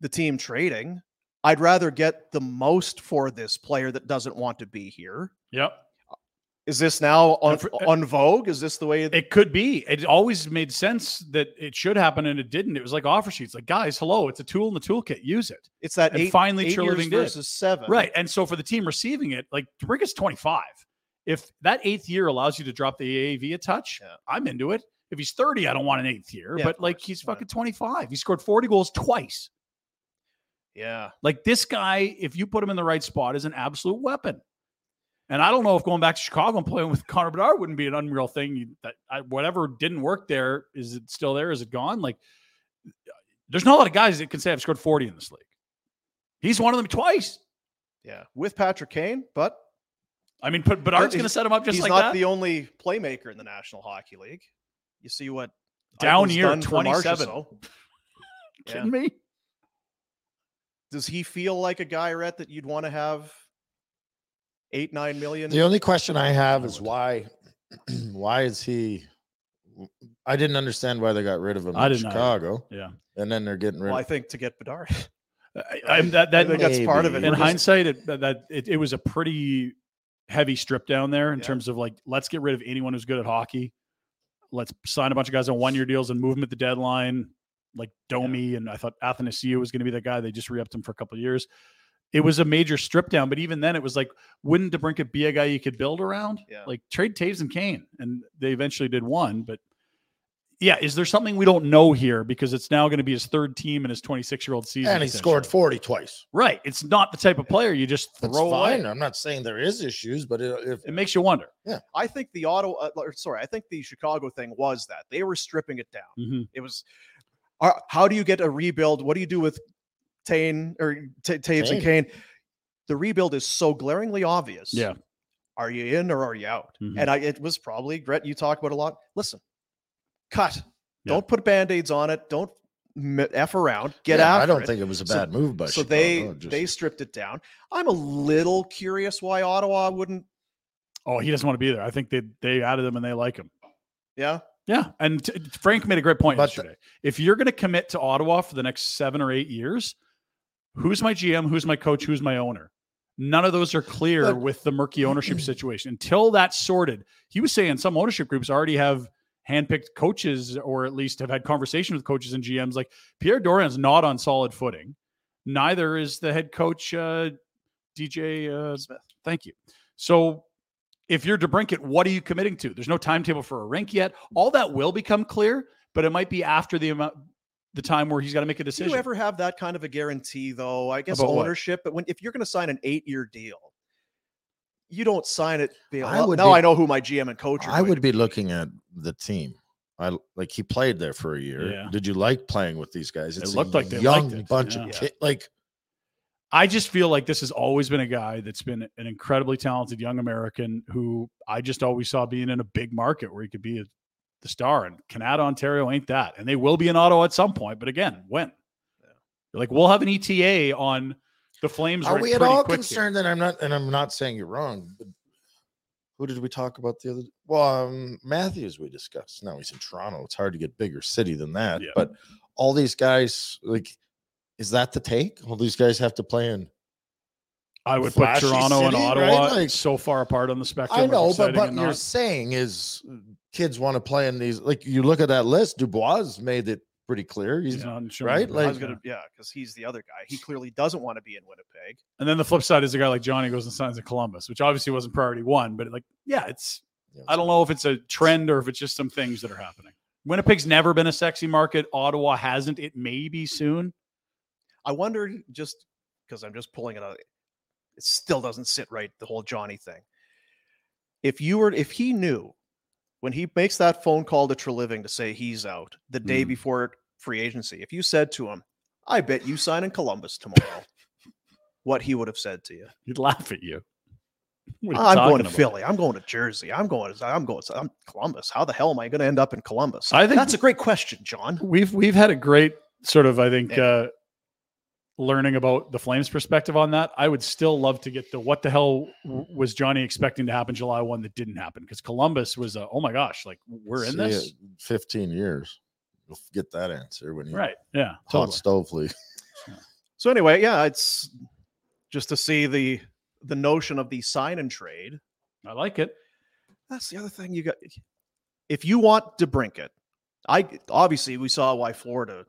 the team trading. I'd rather get the most for this player that doesn't want to be here. yep. Is this now on, for- on vogue? Is this the way It could be. It always made sense that it should happen and it didn't. It was like offer sheets. Like, guys, hello, it's a tool in the toolkit. Use it. it's that and eight, finally eight years Treliving did. versus seven? Right. And so for the team receiving it, like Debrinket's 25. If that eighth year allows you to drop the AAV a touch, Yeah. I'm into it. If he's 30, I don't want an eighth year, Yeah, of but like course. he's Yeah. fucking 25. He scored 40 goals twice. Yeah. Like this guy, if you put him in the right spot, is an absolute weapon. And I don't know if going back to Chicago and playing with Connor Bedard wouldn't be an unreal thing. You- That I, whatever didn't work there, is it still there? Is it gone? Like, there's not a lot of guys that can say I've scored 40 in this league. He's one of them twice. Yeah, with Patrick Kane, but I mean, but, but Art's going to set him up just he's like not that. the only playmaker in the National Hockey League. You see what Down Eichel's year, done for 27. Marchessault. Yeah. Kidding me? Does he feel like a guy, Rhett, that you'd want to have eight, nine million? The only question I have is why why is he I didn't understand why they got rid of him I in did not. Chicago. Yeah. And then they're getting rid well, I of think to get Bedard. I, I'm that that I think that's part of it. Maybe. in We're just- hindsight, it, that- that it, it was a pretty heavy strip down there in Yeah. terms of like, let's get rid of anyone who's good at hockey. Let's sign a bunch of guys on one year deals and move them at the deadline, like Domi. And I thought Athanasiu was going to be the guy. They just re upped him for a couple of years. It was a major strip down, but even then, it was like, wouldn't DeBrinket be a guy you could build around? Yeah. Like trade Taves and Kane, and they eventually did one. But yeah, is there something we don't know here because it's now going to be his third team in his 26 year old him. season? And he scored essentially. 40 twice. Right. It's not the type of player you just That's throw fine. away. I'm not saying there is issues, but it, if It makes you wonder. I think the auto, uh, or sorry, I think the Chicago thing was that they were stripping it down. Mm-hmm. It was, are, how do you get a rebuild? What do you do with Tane or Ta Taves and Kane? The rebuild is so glaringly obvious. Yeah. Are you in or are you out? Mm-hmm. Mhm. And I, it was probably Brett. You talk about a lot. Listen, cut. Yeah. Don't put band aids on it. Don't m- f around. Get Yeah, out. I don't think it was a So- bad move by so Chicago, they just- they stripped it down. I'm a little curious why Ottawa wouldn't. Oh, he doesn't want to be there. I think they they added him and they like him. Yeah. Yeah. And t- Frank made a great point But the- yesterday. if you're going to commit to Ottawa for the next seven or eight years, who's my GM? Who's my coach? Who's my owner? None of those are clear But- with the murky ownership situation. Until that's sorted, he was saying some ownership groups already have handpicked coaches or at least have had conversations with coaches and GMs. Like Pierre Dorian's not on solid footing. Neither is the head coach uh, DJ uh, Smith. Thank you. So if you're DeBrinket, what are you committing to? There's no timetable for a rink yet. All that will become clear, but it might be after the amount, the time where he's got to make a Do decision. you ever have that kind of a guarantee, though? I guess About what? ownership, but when if you're going to sign an eight-year deal, you don't sign it. Being, I "Well, would now be- I know who my GM and coach are. I going would to be looking at the team. I like he played there for a year. Yeah. Did you like playing with these guys? It It's looked a like they liked young it, bunch yeah. of kids. Like I just feel like this has always been a guy that's been an incredibly talented young American who I just always saw being in a big market where he could be a, the star. And Canada, Ontario ain't that. And they will be in Ottawa at some point, but again, when? Like we'll have an ETA on the Flames. Are right we at pretty all quick here. concerned that I'm not? And I'm not saying you're wrong. But who did we talk about the other? Well, um, Matthews we discussed. Now he's in Toronto. It's hard to get bigger city than that. Yeah. But all these guys, like, is that the take? All these guys have to play in. I would flashy put Toronto and city, right? Ottawa Like- so far apart on the spectrum. I of know, but exciting what and you're not. saying is uh, kids want to play in these. Like you look at that list, Dubois made it pretty clear. He's He's not insured. right? I was like- going to, yeah, because he's the other guy. He clearly doesn't want to be in Winnipeg. and then the flip side is a guy like Johnny goes and signs in Columbus, which obviously wasn't priority one, but like, yeah, it's. Yeah, I don't know if it's a trend or if it's just some things that are happening. Winnipeg's never been a sexy market. Ottawa hasn't. It may be soon. I wonder, just because I'm just pulling it out, it still doesn't sit right. The whole Johnny thing. If you were, if he knew when he makes that phone call to Treliving to say he's out the day Mhm. before free agency, if you said to him, "I bet you sign in Columbus tomorrow," what he would have said to you? He'd laugh at you. What are you I'm talking going to about? Philly. I'm going to Jersey. I'm going. To, I'm going. To, I'm Columbus. How the hell am I going to end up in Columbus? I think- that's a great question, John. We've we've had a great sort of I think uh, learning about the Flames' perspective on that. I would still love to get the what the hell w- was Johnny expecting to happen July one that didn't happen because Columbus was a, oh my gosh like we're in see this it, 15 years. You'll get that answer when you right yeah hot totally. stove league. So anyway, yeah, it's just to see the the notion of the sign and trade. I like it That's the other thing you got. If you want DeBrinket, I obviously we saw why Florida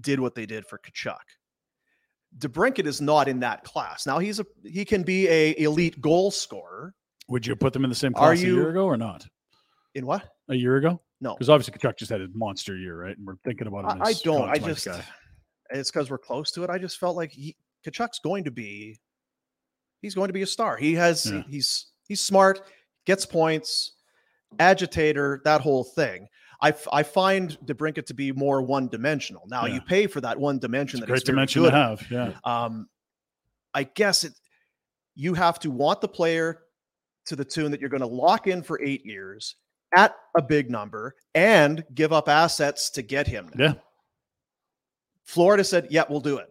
did what they did for Kachuk. DeBrinket is not in that class. Now he's a he can be a elite goal scorer would you put them in the same Are class a you- year ago or not in what? a year ago No, because obviously Kachuk just had a monster year right and we're thinking about him I, I as don't. I Conn Smythe's just guy. it's because we're close to it. I just felt like he, Kachuk's going to be he's going to be a star. He has Yeah. he's he's smart, gets points, agitator, that whole thing. I, f- I find DeBrinket to be more one dimensional. Now Yeah. you pay for that one dimension. it's a that he's great very dimension good to at. have yeah Um, I um, guess it you have to want the player to the tune that you're going to lock in for eight years at a big number and give up assets to get him. now. Yeah. Florida said, "Yeah, we'll do it.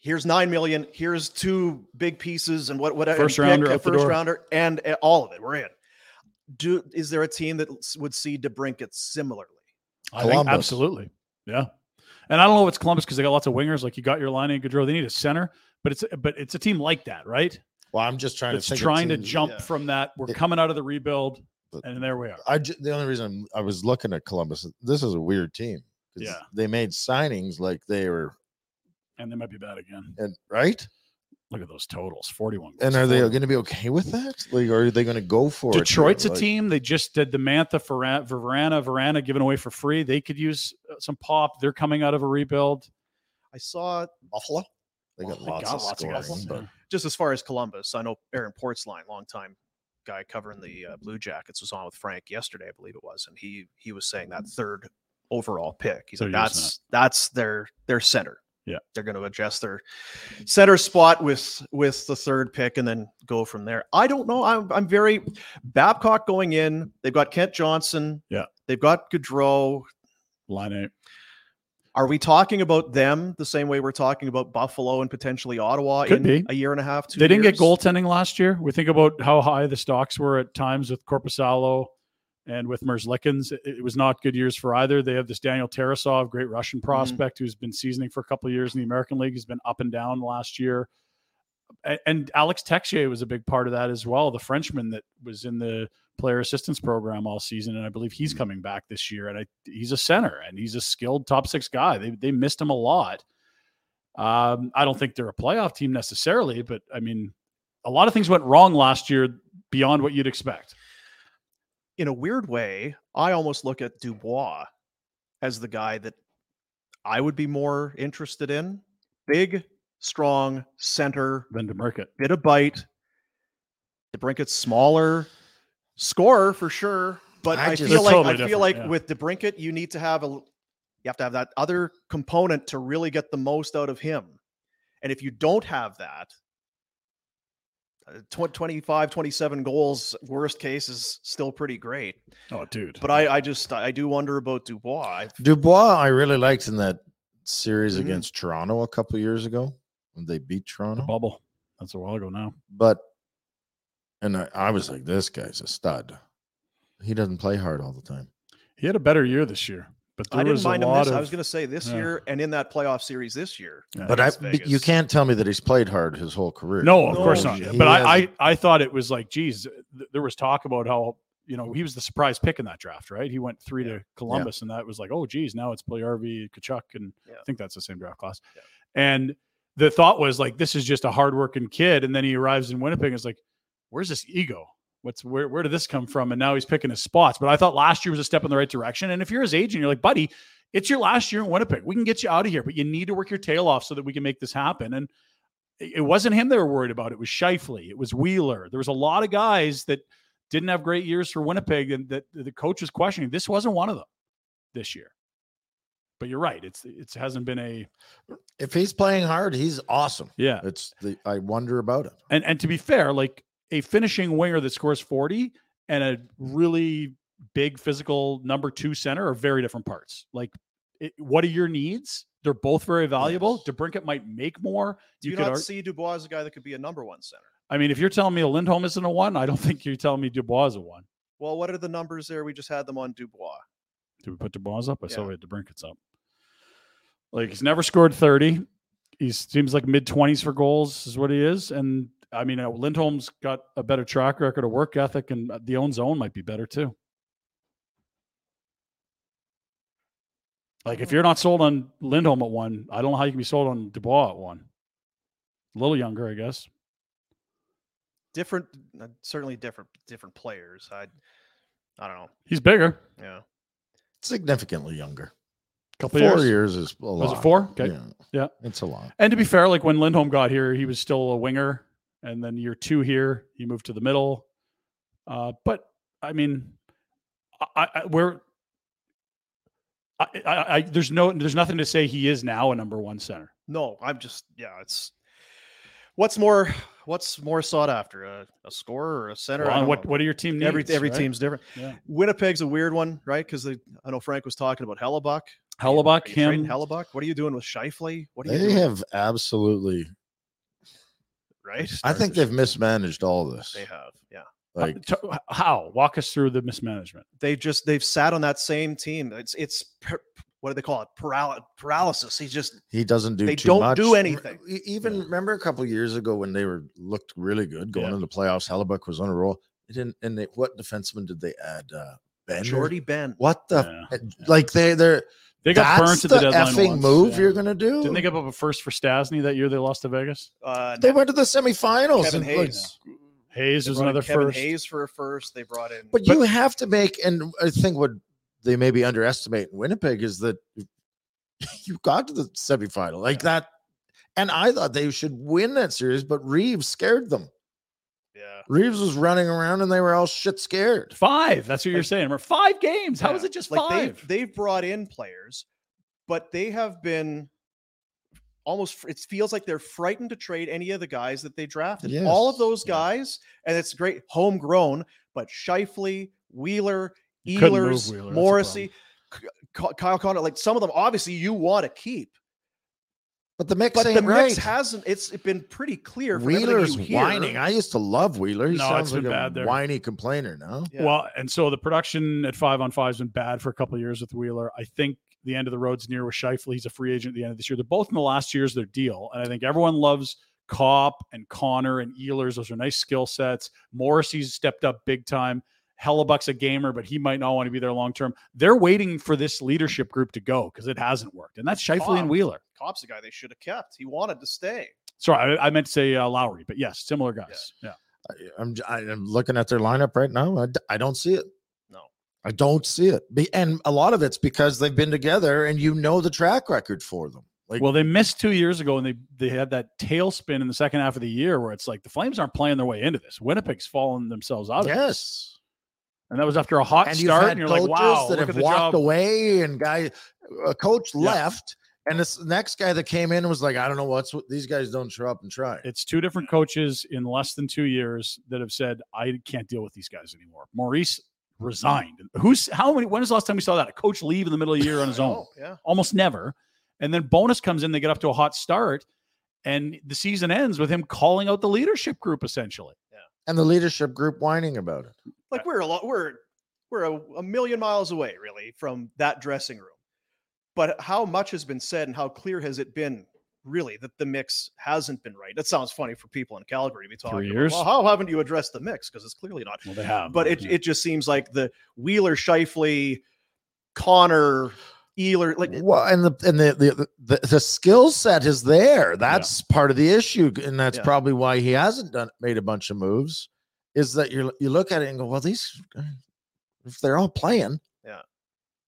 Here's nine million. Here's two big pieces and what whatever First rounder a out the first door. rounder, and uh, all of it. We're in." Do is there a team that s- would see DeBrinket similarly? I think Columbus. absolutely. Yeah. And I don't know if it's Columbus because they got lots of wingers. Like you got your line in Gaudreau. They need a center, but it's but it's a team like that, right? Well, I'm just trying That's to think. of trying to teams- jump yeah. from that. We're It- coming out of the rebuild, But- and there we are. I ju- the only reason I was looking at Columbus. This is a weird team. 'cause Yeah. they made signings like they were And they might be bad again. and right. Look at those totals: forty-one. And goals, are they 41 going to be okay with that? Like, are they going to go for it? here? Detroit's a Like, team. They just did Demantha, Ferran- Verana, Verana given away for free. They could use uh, some pop. They're coming out of a rebuild. I saw Buffalo. They got They lots got of Oh lots of scoring, guys, but just as far as Columbus, I know Aaron Portsline, longtime guy covering the uh, Blue Jackets, was on with Frank yesterday, I believe it was, and he he was saying that third overall pick. He's They're like, using that's that's their their center. Yeah. they're going to adjust their center spot with with the third pick and then go from there. I don't know. I'm I'm very Babcock going in. They've got Kent Johnson. Yeah. they've got Gaudreau. Line eight. Are we talking about them the same way we're talking about Buffalo and potentially Ottawa Could in be. a year and a half? Two They didn't get years? goaltending last year. We think about how high the stocks were at times with Corpusalo and with Merzlikens. It, it was not good years for either. They have this Daniel Tarasov, great Russian prospect who's been seasoning for a couple of years in the American League. He's been up and down last year. A- And Alex Texier was a big part of that as well, the Frenchman that was in the player assistance program all season. And I believe he's coming back this year. And I, he's a center and he's a skilled top six guy. They, they missed him a lot. Um, I don't think they're a playoff team necessarily, but I mean, a lot of things went wrong last year beyond what you'd expect. in a weird way, I almost look at Dubois as the guy that I would be more interested in. Big, strong center, Then to Merkett. bit of bite. DeBrinket's smaller, scorer for sure. But I I, just- feel They're like totally I feel different, like yeah. with DeBrinket, you need to have a l- you have to have that other component to really get the most out of him. And if you don't have that, uh, tw- 25, 27 goals, worst case is still pretty great. Oh, dude. But I, I just I do wonder about Dubois. I- Dubois, I really liked in that series Mhm. Mm-hmm. against Toronto a couple years ago when they beat the Toronto. bubble. That's a while ago now. but and I, I was like, this guy's a stud. He doesn't play hard all the time. He had a better year this year, but there I didn't was mind a him lot this. of. I was going to say this yeah. year and in that playoff series this year. Yeah. But I, against but you Vegas. can't tell me that he's played hard his whole career. no, of course No, not. Oh, He But I, I, hasn't. I thought it was like, geez, th- there was talk about how you know he was the surprise pick in that draft, right? He went three to Columbus, and that was like, oh, geez, now it's Puljujärvi, Kachuk, and Yeah. I think that's the same draft class. And the thought was like, this is just a hardworking kid, and then he arrives in Winnipeg. and It's like, where's this ego? What's where? Where did this come from? And now he's picking his spots. But I thought last year was a step in the right direction. And if you're his agent, you're like, buddy, it's your last year in Winnipeg. We can get you out of here, but you need to work your tail off so that we can make this happen. And it it wasn't him they were worried about. It was Shifley. It was Wheeler. There was a lot of guys that didn't have great years for Winnipeg, and that the coach was questioning. This wasn't one of them this year. But you're right. It's it hasn't been a If he's playing hard, he's awesome. yeah. It's the I wonder about it. And and to be fair, like a finishing winger that scores 40 and a really big physical number two center are very different parts. Like, it, what are your needs? They're both very valuable. Yes. DeBrinket might make more. Do you, could not ar- see Dubois as a guy that could be a number one center? I mean, if you're telling me a Lindholm isn't a one, I don't think you're telling me Dubois is a one. Well, what are the numbers there? We just had them on Dubois. Did we put Dubois up? I saw Yeah. we had DeBrinket's up. Like he's never scored thirty. He seems like mid twenties for goals is what he is, and I mean uh, Lindholm's got a better track record, a work ethic, and uh, the own zone might be better too. Like if you're not sold on Lindholm at one, I don't know how you can be sold on Dubois at one. A little younger, I guess. Different, uh, certainly different, different players. I, I don't know. He's bigger. Yeah, Significantly younger. Couple four years. is a lot. Was it four? Okay. Yeah. Yeah. It's a lot. And to be fair, like when Lindholm got here, he was still a winger, and then year two here, he moved to the middle. Uh, but I mean, I, I where I, I, I there's no there's nothing to say he is now a number one center. no, I'm just yeah. It's What's more, what's more sought after, a, a scorer or a center? I Well, don't what know. what are your team needs? every every right? team's different. Yeah. Winnipeg's a weird one, right? Because I know Frank was talking about Hellebuck. Hellebuck, Are you trading him. Hellebuck. What are you doing with Shifley? What are you They doing? have absolutely. right? I think they've mismanaged all this. They have. Yeah. Like To- How? Walk us through the mismanagement. They just they've sat on that same team. It's it's per, what do they call it? Paral- paralysis. He's just he doesn't do. They too don't much. do anything. E- Even remember a couple years ago when they were looked really good going Yeah. into the playoffs. Hellebuck was on a roll. They didn't. And they, what defenseman did they add? Uh, Bender. Jordy Ben. What the? Like they they're They got that's burned to the, deadline effing once, move yeah. you're gonna do. Didn't they give up a first for Stasny that year? They lost to Vegas. Uh, They went to the semifinals. Kevin and, like, Hayes. Hayes They was brought in another Kevin first. Hayes for a first. They brought in. But, you have to make, and I think what they maybe underestimate in Winnipeg is that you got to the semifinal like that. And I thought they should win that series, but Reeves scared them. yeah. Reeves was running around and they were all shit scared. Five. That's what you're saying. Remember, Five games. How Yeah. is it just like five? They've, they've brought in players, but they have been almost fr- it feels like they're frightened to trade any of the guys that they drafted. All of Yes. those Yeah. guys, and it's great homegrown, but Shifley, Wheeler, You couldn't move Ehlers, Wheeler, that's the Morrissey, K- K- Kyle Connor, like some of them obviously you want to keep. But the mix But the ain't mix right. hasn't it's been pretty clear from everything you Wheeler's hear. whining. I used to love Wheeler. He No, it's sounds like been a bad there. whiny complainer now. Yeah. Well, and so the production at five on five has been bad for a couple of years with Wheeler. I think the end of the road's near with Shifley. He's a free agent at the end of this year. They're both in the last years of their deal. And I think everyone loves Kopp and Connor and Ehlers. Those are nice skill sets. Morrissey's stepped up big time. Hellebuck's a gamer, but he might not want to be there long term. They're waiting for this leadership group to go because it hasn't worked. And that's Shifley Kopp. and Wheeler. Cops the guy they should have kept. He wanted to stay. Sorry, I, I meant to say uh, Lowry, but yes, similar guys. Yeah. I- I'm j- I- I'm looking at their lineup right now. I, d- I don't see it. No. I don't see it. Be- And a lot of it's because they've been together and you know the track record for them. Like well, they missed two years ago, and they they had that tailspin in the second half of the year where it's like the Flames aren't playing their way into this. Winnipeg's falling themselves out, of it. yes. and that was after a hot start. and you're like, wow, that look at have the walked job. away and guy a coach Yeah. left and this next guy that came in was like, I don't know what's what these guys don't show up and try. It's two different coaches in less than two years that have said, I can't deal with these guys anymore. Maurice resigned. Who's how many? When was the last time we saw that a coach leave in the middle of the year on his own? Oh, yeah. almost never. And then bonus comes in, they get up to a hot start, and the season ends with him calling out the leadership group essentially. and the leadership group whining about it. like we're a lot we're we're a, a million miles away really from that dressing room but how much has been said and how clear has it been really that the mix hasn't been right that sounds funny for people in calgary to be talking about, years. well how haven't you addressed the mix because it's clearly not Well, they have, but it, it just seems like the wheeler shifley connor Ealer, like well, and the and the the the, the skill set is there. That's part of the issue, and that's Yeah. probably why he hasn't done made a bunch of moves. Is that you? You look at it and go, well, these uh, if they're all playing, Yeah.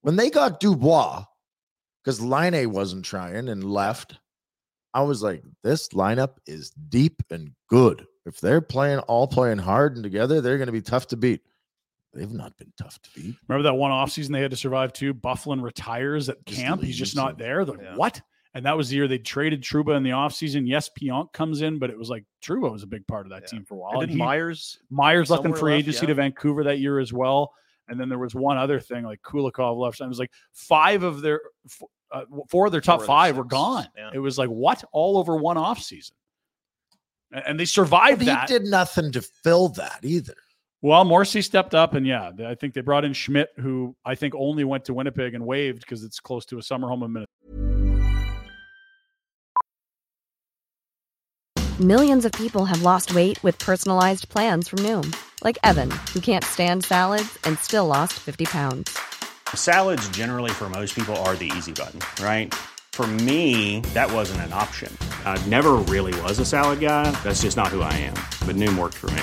When they got Dubois, because Line wasn't trying and left, I was like, this lineup is deep and good. If they're playing all playing hard and together, they're going to be tough to beat. They've not been tough to beat. Remember that one offseason they had to survive too? Bufflin retires at Just camp. He's just leaves not him. there. They're like, Yeah. what? And that was the year they traded Truba in the offseason. Yes, Pionk comes in, but it was like Truba was a big part of that Yeah. team for a while. and And then he- myers Myers left in somewhere free left, agency yeah. to Vancouver that year as well. And then there was one other thing like Kulikov left. And it was like five of their f- uh, w- four of their top Four of their five were six, gone. yeah. It was like what all over one offseason. A- And they survived But that. he did nothing to fill that either. Well, Morrissey stepped up, and yeah, I think they brought in Schmidt, who I think only went to Winnipeg and waived because it's close to a summer home in Minnesota. Millions of people have lost weight with personalized plans from Noom, like Evan, who can't stand salads and still lost 50 pounds. Salads, generally, for most people, are the easy button, right? For me, that wasn't an option. I never really was a salad guy. That's just not who I am. But Noom worked for me.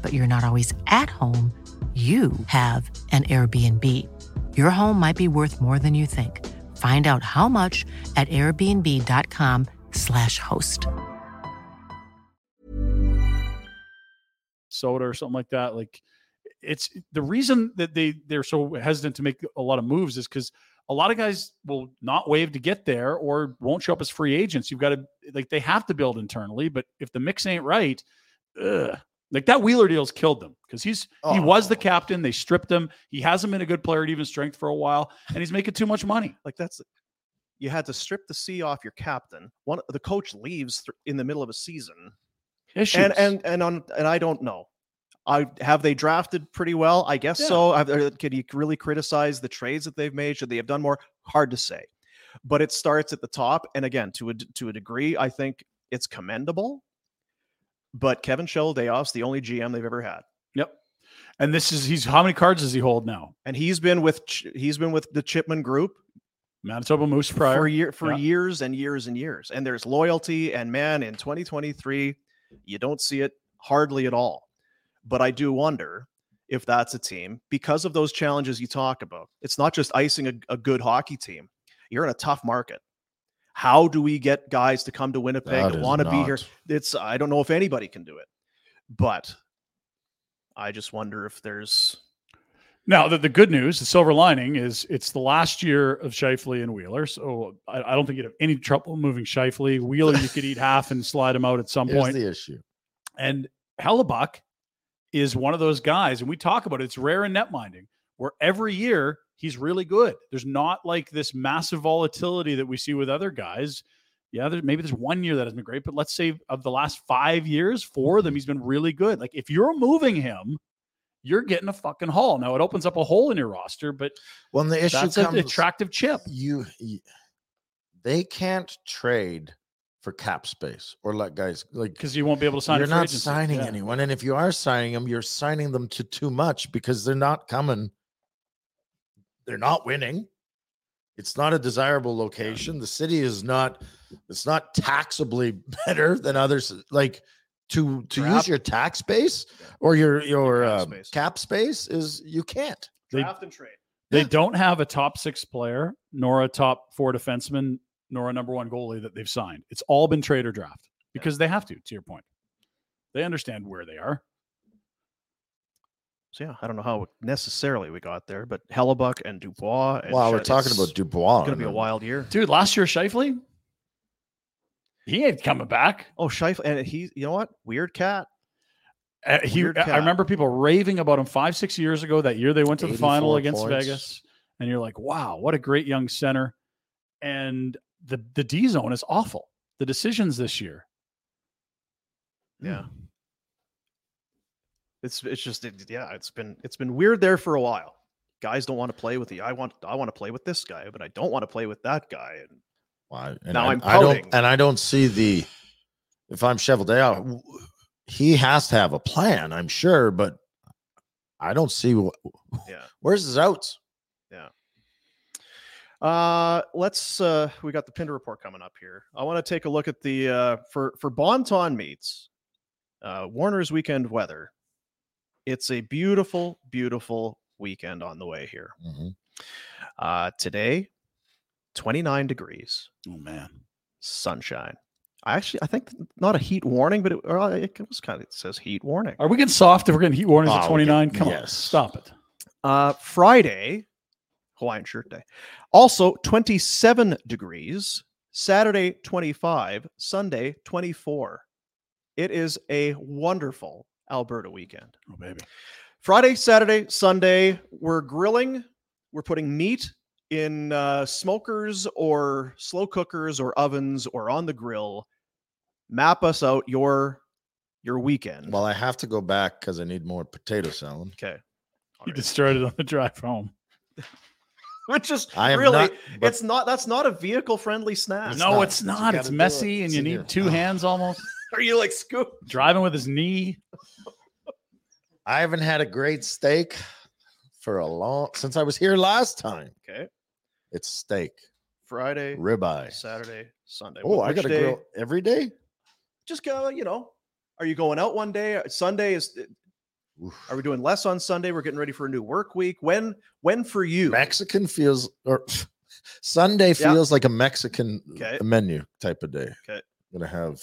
but you're not always at home, you have an Airbnb. Your home might be worth more than you think. Find out how much at airbnb.com/slash host. soda or something like that. Like it's the reason that they they're so hesitant to make a lot of moves is because a lot of guys will not waive to get there or won't show up as free agents. You've got to like they have to build internally, but if the mix ain't right, ugh. like that Wheeler deal's killed them because he's he Oh. was the captain. They stripped him. He hasn't been a good player at even strength for a while, and he's making too much money. Like that's you had to strip the C off your captain. One the coach leaves th- in the middle of a season, Issues. and and and on and I don't know. I have they drafted pretty well. I guess Yeah. so. Have, uh, can you really criticize the trades that they've made? Should they have done more? Hard to say. But it starts at the top, and again, to a d- to a degree, I think it's commendable. But Kevin Sheldayoff's the only GM they've ever had, yep. And this is he's how many cards does he hold now? and he's been with Ch- he's been with the Chipman Group Manitoba Moose Prior. for year for Yeah. years and years and years. And there's loyalty. And man, in 2023, you don't see it hardly at all. But I do wonder if that's a team because of those challenges you talk about. It's not just icing a, a good hockey team. You're in a tough market. How do we get guys to come to Winnipeg That that is want to be here? not- It's I don't know if anybody can do it, but I just wonder if there's Now, the, the good news, the silver lining is it's the last year of Shifley and Wheeler. So I, I don't think you'd have any trouble moving Shifley. Wheeler, you could eat half and slide him out at some Here's point. the issue. and Hellebuck is one of those guys, and we talk about it, it's rare in net minding, where every year he's really good. There's not like this massive volatility that we see with other guys. Yeah, there, maybe there's one year that has been great, but let's say of the last five years, four of them, he's been really good. Like if you're moving him, you're getting a fucking haul. Now it opens up a hole in your roster, but Well, and the issue that's an comes attractive chip. You, you- they can't trade for cap space or let guys like Because you won't be able to sign. a you're free not agency. signing Yeah. anyone, and if you are signing them, you're signing them to too much because they're not coming. They're not winning. It's not a desirable location. The city is not. It's not taxably better than others. Like to to Draft- use your tax base or your your cap um, space. cap space is you can't. They- draft and trade. They Yeah. don't have a top six player, nor a top four defenseman, nor a number one goalie that they've signed. It's all been trade or draft because they have to, to your point. They understand where they are. So yeah, I don't know how necessarily we got there, but Hellebuck and Dubois. And Wow, Sha- we're talking it's- about Dubois. It's going to be a and- wild year. Dude, last year, Shifley, he ain't coming back. Oh, Scheifele, and he, you know what? Weird cat. Uh, he, Weird I cat. remember people raving about him five, six years ago. That year they went to the final 84 against points. Vegas, and you're like, "Wow, what a great young center!" And the the D zone is awful. The decisions this year, Mm. Yeah. It's it's just it, yeah, it's been it's been weird there for a while. Guys don't want to play with the I want I want to play with this guy, but I don't want to play with that guy. And Why? Now I, I'm I don't, pouting. and I don't see the. If I'm Shovel Day, I- w- he has to have a plan, I'm sure, but I don't see wh- yeah. where's his outs. Uh let's uh we got the Pinder report coming up here. I want to take a look at the uh for for Bonton meets uh Warner's weekend weather. It's a beautiful, beautiful weekend on the way here. Mhm. Uh, today, 29 degrees, Oh man. sunshine. I actually, I think not a heat warning, but it, or, uh, it was kind of it says heat warning. Are we getting soft if we're getting heat warnings at Oh, 29? yeah. Come on, Yes. stop it. Uh, Friday, Hawaiian shirt day. Also 27 degrees. Saturday 25, Sunday 24. It is a wonderful Alberta weekend. Oh baby. Friday, Saturday, Sunday, we're grilling. We're putting meat in uh, smokers or slow cookers or ovens or on the grill. Map us out your your weekend. Well, I have to go back because I need more potato salad. okay. You destroyed it on the drive home. Which is I am really not- but- it's not that's not a vehicle friendly snack. no, not. it's You not. gotta It's do it. messy and It's you in need your- two Oh. hands almost. Are you like scoop? Driving with his knee. I haven't had a great steak for a long since I was here last time. Okay. It's steak, Friday, ribeye. Saturday, Sunday. Oh, Wh- I which got to day- grill every day. Just go, you know. Are you going out one day? Sunday is Oof. are we doing less on Sunday? We're getting ready for a new work week. When when for you? Mexican feels or Sunday Yeah. feels like a Mexican Okay. menu type of day. Okay. gonna have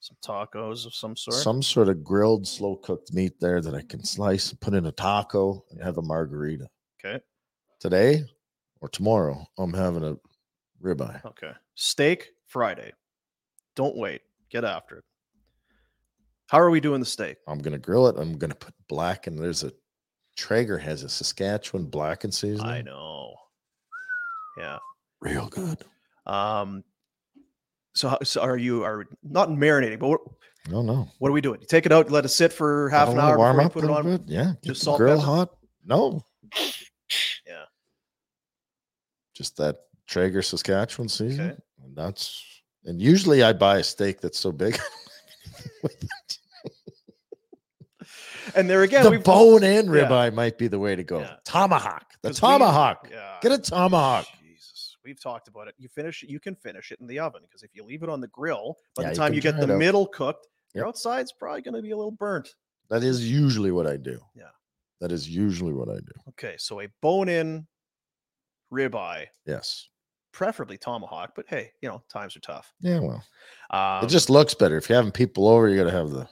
some tacos of some sort. some sort of grilled, slow cooked meat there that I can slice, put in a taco, and have a margarita. Okay. Today or tomorrow, I'm having a ribeye. Okay. Steak Friday. Don't wait. Get after it. How are we doing the steak? I'm gonna grill it. I'm gonna put black and there's a Traeger has a Saskatchewan black and seasoning. I know. Yeah. Real good. Um. So, how- so are you are not marinating, but what, No, no. what are we doing? You take it out, let it sit for half I an wanna hour, before Warm you up. put it little on. bit. Yeah. get Just the salt, grill pepper? hot. No. Yeah. Just that Traeger Saskatchewan season. Okay. And that's and usually I buy a steak that's so big. And there again, the we've bone and yeah. ribeye might be the way to go. Yeah. Tomahawk. The 'Cause we- tomahawk. Yeah. Get a tomahawk. Jesus, we've talked about it. You finish it, you can finish it in the oven because if you leave it on the grill, by Yeah, the you time can you get dry it the out. middle cooked, your Yep. outside's probably going to be a little burnt. That is usually what I do. Yeah. That is usually what I do. Okay, so a bone-in ribeye, Yes. preferably tomahawk, but hey, you know times are tough. Yeah, well. Um, it just looks better. If you're having people over, you gotta have the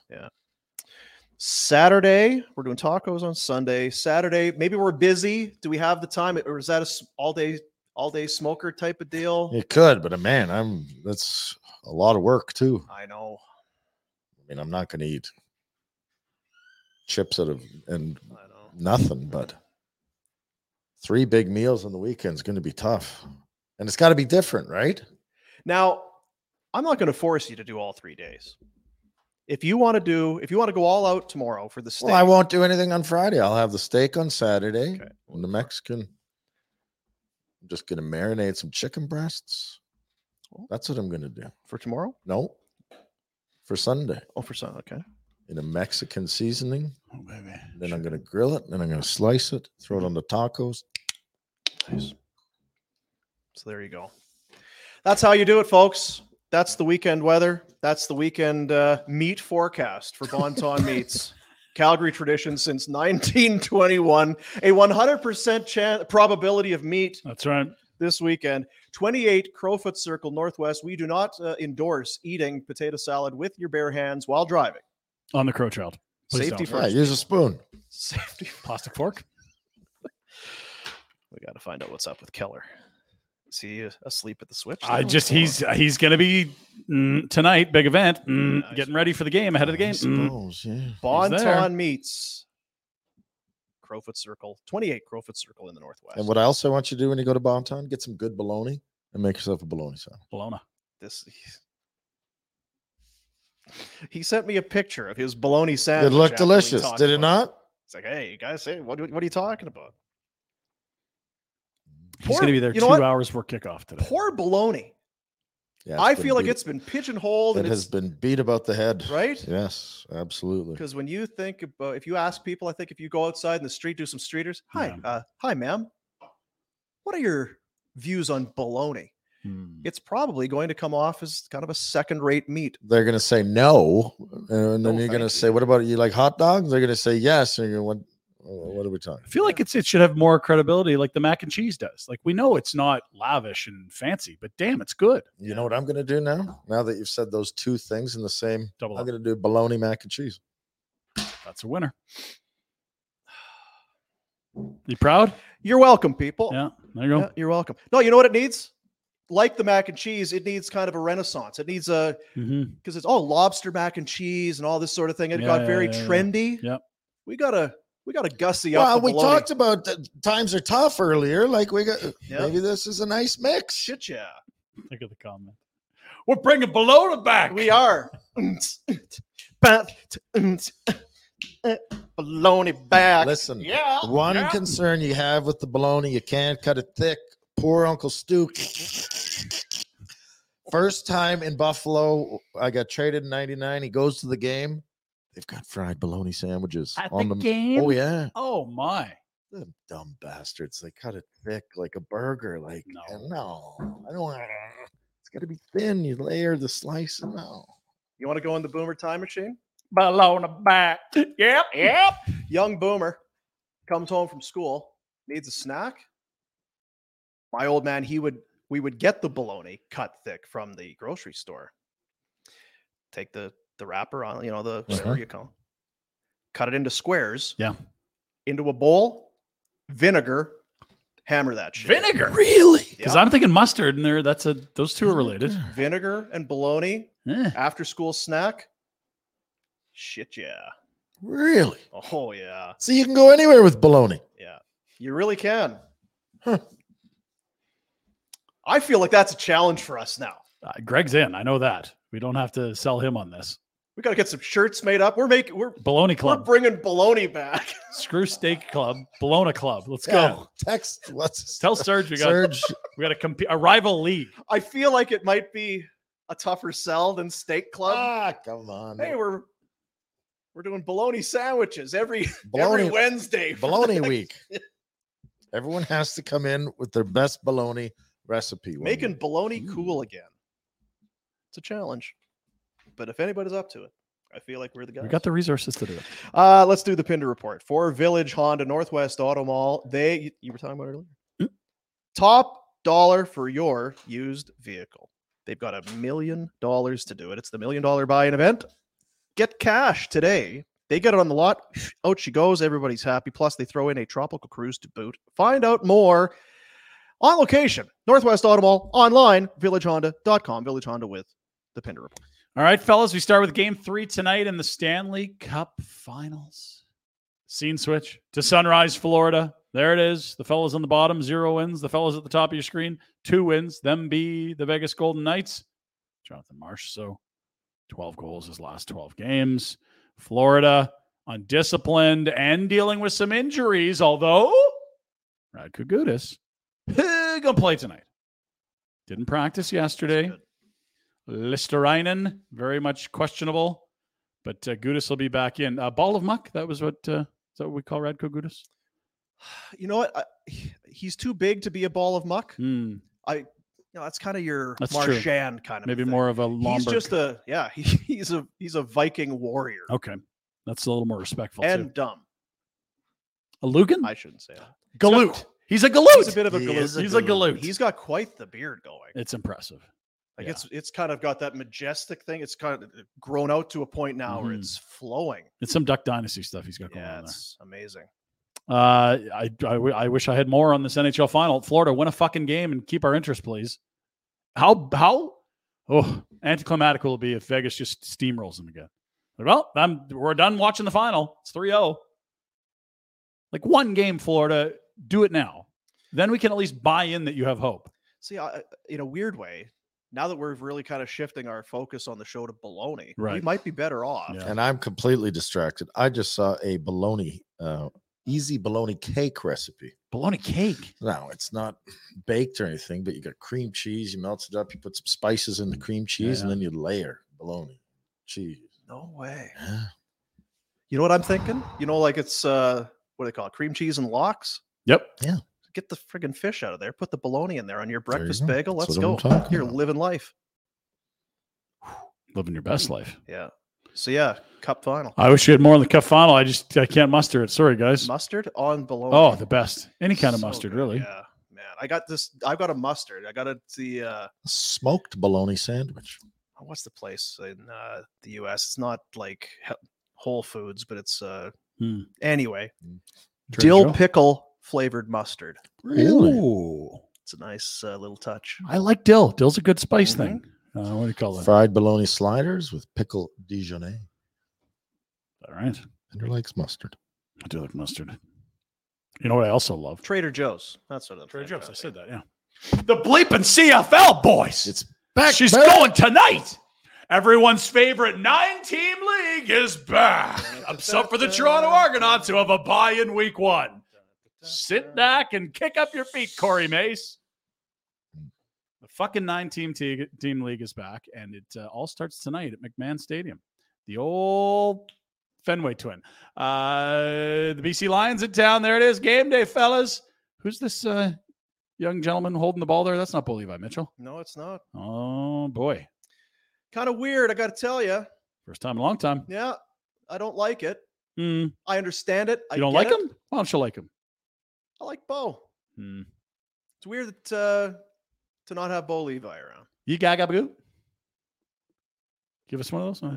Saturday, we're doing tacos on Sunday. Saturday, maybe we're busy. Do we have the time, or is that a all day all day smoker type of deal? It could, but uh, man, I'm that's a lot of work too. I I know. mean, I'm not going to eat chips out of and I know. nothing, but three big meals on the weekend's going to be tough, and it's got to be different, right? Now, I'm not going to force you to do all three days. If you want to do, if you want to go all out tomorrow for the steak, Well, I won't do anything on Friday. I'll have the steak on Saturday. Okay. And the Mexican. I'm just going to marinate some chicken breasts. Oh. That's what I'm going to do. for tomorrow. No, for Sunday Oh, for Sunday. Okay. in a Mexican seasoning. Oh baby. Then I'm gonna grill it. Then I'm gonna slice it. Throw it on the tacos. Nice. So there you go. That's how you do it, folks. That's the weekend weather. That's the weekend uh, meat forecast for Bonton Meats. Calgary tradition since 1921. A 100% chance, probability of meat That's right. this weekend. 28 Crowfoot Circle Northwest. We do not uh, endorse eating potato salad with your bare hands while driving. On the crow child. Please Safety don't. Yeah, first. use a spoon. Safety. Plastic fork. We got to find out what's up with Keller. Is he uh, asleep at the switch? I still? just he's he's gonna be mm, tonight, big event. mm, Yeah, I getting ready for the game, ahead of the I game. Mm-hmm. mm. suppose, yeah. there. Bonton meets Crowfoot Circle, 28 Crowfoot Circle in the Northwest. And what else I want you to do when you go to Bonton, get some good bologna and make yourself a bologna sandwich. Bologna. this he sent me a picture of his bologna sandwich. It looked after we delicious, talked did it about not? It's like, hey, you guys, hey, what, what are you talking about? He's gonna be there you two know what? hours before kickoff today. Poor bologna. Yeah, it's I been feel like beat- it's been pigeonholed, it and has it's been beat about the head. right. Yes, absolutely. Because when you think about, if you ask people, I think if you go outside in the street, do some streeters. Hi, Yeah. uh, hi, ma'am. What are your views on bologna? Mm. It's probably going to come off as kind of a second-rate meat. They're gonna say no, and then No, you're thank gonna you. say, "What about you like hot dogs?" They're gonna say yes, and you're gonna, What are we talking? I feel like it's it should have more credibility, like the mac and cheese does. Like we know it's not lavish and fancy, but damn, it's good. You know what I'm going to do now? Now that you've said those two things in the same, Double I'm up. going to do bologna mac and cheese. That's a winner. You proud? You're welcome, people. Yeah, there you go. Yeah, you're welcome. No, you know what it needs? Like the mac and cheese, it needs kind of a renaissance. It needs a Mhm. because it's all lobster mac and cheese and all this sort of thing. It Yeah, got yeah, very yeah, yeah. trendy. Yep. We gotta we gotta gussy Well, up. the we bologna. talked about that times are tough earlier. Like we got Yeah. maybe this is a nice mix. shit. Yeah, Think of the comment. We're bringing Bologna back. we are. Bologna back. Listen, Yeah. one concern you have with the bologna, you can't cut it thick. Poor Uncle Stu. First time in Buffalo, I got traded in '99. He goes to the game. They've got fried bologna sandwiches At on the the game? Oh yeah, Oh my. Them dumb bastards. They cut it thick like a burger. Like No. and no, I don't. want It's got to be thin. You layer the slice. No. You want to go in the boomer time machine? Bologna back. Yep. Yep. Young boomer comes home from school, needs a snack. My old man, he would we would get the bologna cut thick from the grocery store. Take the the wrapper on, you know, the whatever Uh-huh. you call. 'em, Cut it into squares. Yeah. Into a bowl, vinegar, hammer that shit. Vinegar. Really? Because Yeah. I'm thinking mustard, and there that's a those two are related. vinegar and bologna Eh. after school snack. Shit yeah. Really? Oh yeah. So you can go anywhere with bologna. Yeah. You really can. Huh. I feel like that's a challenge for us now. Uh, Greg's in. I know that. We don't have to sell him on this. We got to get some shirts made up. We're making we're Bologna we're Club, bringing bologna back. Screw Steak Club, Bologna Club. Let's Yeah, go. Text. What's his- Tell Serge we got Serge? we got a comp- a rival league. I feel like it might be a tougher sell than steak club. Ah, come on. hey, we're we're doing bologna sandwiches every every Bologna- Wednesday. for the bologna next- week. Everyone has to come in with their best bologna recipe. one Making week. bologna Ooh. cool again. It's a challenge. But if anybody's up to it, I feel like we're the guys. We got the resources to do it. Uh, let's do the Pinder report for Village Honda Northwest Auto Mall. They you, you were talking about earlier. Top dollar for your used vehicle. They've got a million dollars to do it. It's the million dollar buy-in event. Get cash today. They get it on the lot. Out she goes. Everybody's happy. Plus, they throw in a tropical cruise to boot. Find out more on location. Northwest Auto Mall online. VillageHonda.com. Village Honda with the Pinder report. All right, fellas, we start with game three tonight in the Stanley Cup Finals. Scene switch to Sunrise, Florida. There it is. The fellas on the bottom, zero wins. The fellas at the top of your screen, two wins. Them be the Vegas Golden Knights. Jonathan Marsh, so 12 goals his last 12 games. Florida undisciplined and dealing with some injuries, although Rad Kugutis gonna play tonight. Didn't practice yesterday. Listerinen, very much questionable, but uh, Gudis will be back in. Uh, ball of muck, that was what uh, is that what we call Radko Gudis? You know what? I, he- he's too big to be a ball of muck. Hmm, you know, that's kind of your That's true. Marchand kind of maybe thing. more of a Lombard. He's just a yeah. He, he's a he's a Viking warrior okay, that's a little more respectful. and too. dumb. a Lugan, I shouldn't say that. Galoot. He's a He's Galoot. a bit of a He galoot. is a He's a Galoot. He's got quite the beard going. it's impressive. Like yeah. it's it's kind of got that majestic thing. It's kind of grown out to a point now where Mhm. it's flowing. It's some Duck Dynasty stuff he's got going Yeah, on there. it's amazing. Uh, I, I w- I wish I had more on this NHL final. Florida, win a fucking game and keep our interest, please. How how oh anticlimactic will it be if Vegas just steamrolls them again? Like, well, I'm we're done watching the final. It's 3-0. Like one game, Florida, do it now. Then we can at least buy in that you have hope. See, I, in a weird way, now that we're really kind of shifting our focus on the show to baloney, we Right. might be better off. Yeah. And I'm completely distracted. I just saw a bologna, uh, easy bologna cake recipe. Bologna cake. No, it's not baked or anything, but you got cream cheese. You melt it up. You put some spices in the cream cheese, and yeah. then you layer bologna cheese. No way. Yeah. You know what I'm thinking? You know, like it's uh, what do they call it? Cream cheese and locks. Yep. get the friggin' fish out of there. Put the bologna in there on your you breakfast go. bagel. That's Let's what I'm go. talking You're about. living life. Living your best life. Yeah. So yeah, cup final. I wish we had more in the cup final. I just I can't muster it. Sorry, guys. Mustard on bologna. Oh, the best. Any kind of So mustard, good, really. Yeah, man. I got this. I've got a mustard. I got it. The uh, Smoked bologna sandwich. what's the place in uh, the U.S.? It's not like he- Whole Foods, but it's uh, Hmm. anyway, Trader dill Joe? pickle flavored mustard. Really? Ooh. It's a nice uh, little touch. I like dill. Dill's a good spice thing. Uh, what do you call it? Fried bologna sliders with pickled Dijonais. All right. Andrew likes mustard. I do like mustard. You know what I also love? Trader Joe's. That's what I'm Trader thinking Joe's. I of. said that. Yeah. The bleeping CFL boys. It's back. She's going tonight. Everyone's favorite nine-team league is back, except for the Toronto Argonauts, who have a bye in Week One. Sit back and kick up your feet, Corey Mace. The fucking nine-team te- team league is back, and it uh, all starts tonight at McMahon Stadium, the old Fenway Twin. Uh, the BC Lions in town. There it is, game day, fellas. Who's this uh, young gentleman holding the ball there? That's not Bolivar Mitchell. No, it's not. Oh boy. Kind of weird. I got to tell you. First time in a long time. Yeah, I don't like it. Hmm. You I understand it. I don't get like it. him? Why don't you like him? I like Bo. Hmm. It's weird that uh, to not have Bo Levi around. You gaga boo? Give us one of those. huh? Uh,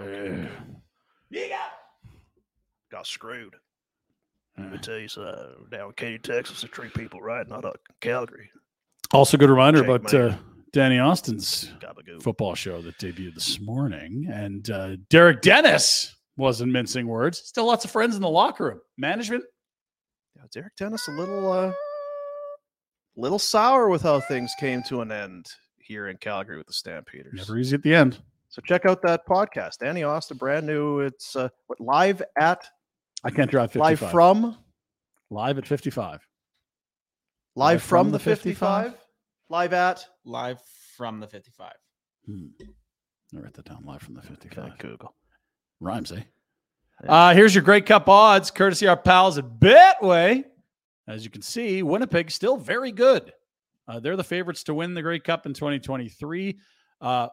come down. Got screwed. Uh, Let me tell you, so uh, down in Katy, Texas, there's three people riding out of Calgary. Also, good reminder Jake about Mayer. uh, Danny Austin's Gabagoo. football show that debuted this morning. And uh, Derek Dennis wasn't mincing words. Still lots of friends in the locker room. Management, Yeah, Derek Dennis a little uh little sour with how things came to an end here in Calgary with the Stampeders. never easy at the end. So check out that podcast. Danny Austin, brand new. It's uh what live at I can't drive 55. live from Live at 55. live from, the 55? Live at Live from the 55. Hmm. I write that down live from the 55. Okay, Google. Rhymes, eh? Uh, here's your Great Cup odds, courtesy our pals at Betway. As you can see, Winnipeg still very good. Uh, they're the favorites to win the Great Cup in 2023. Uh,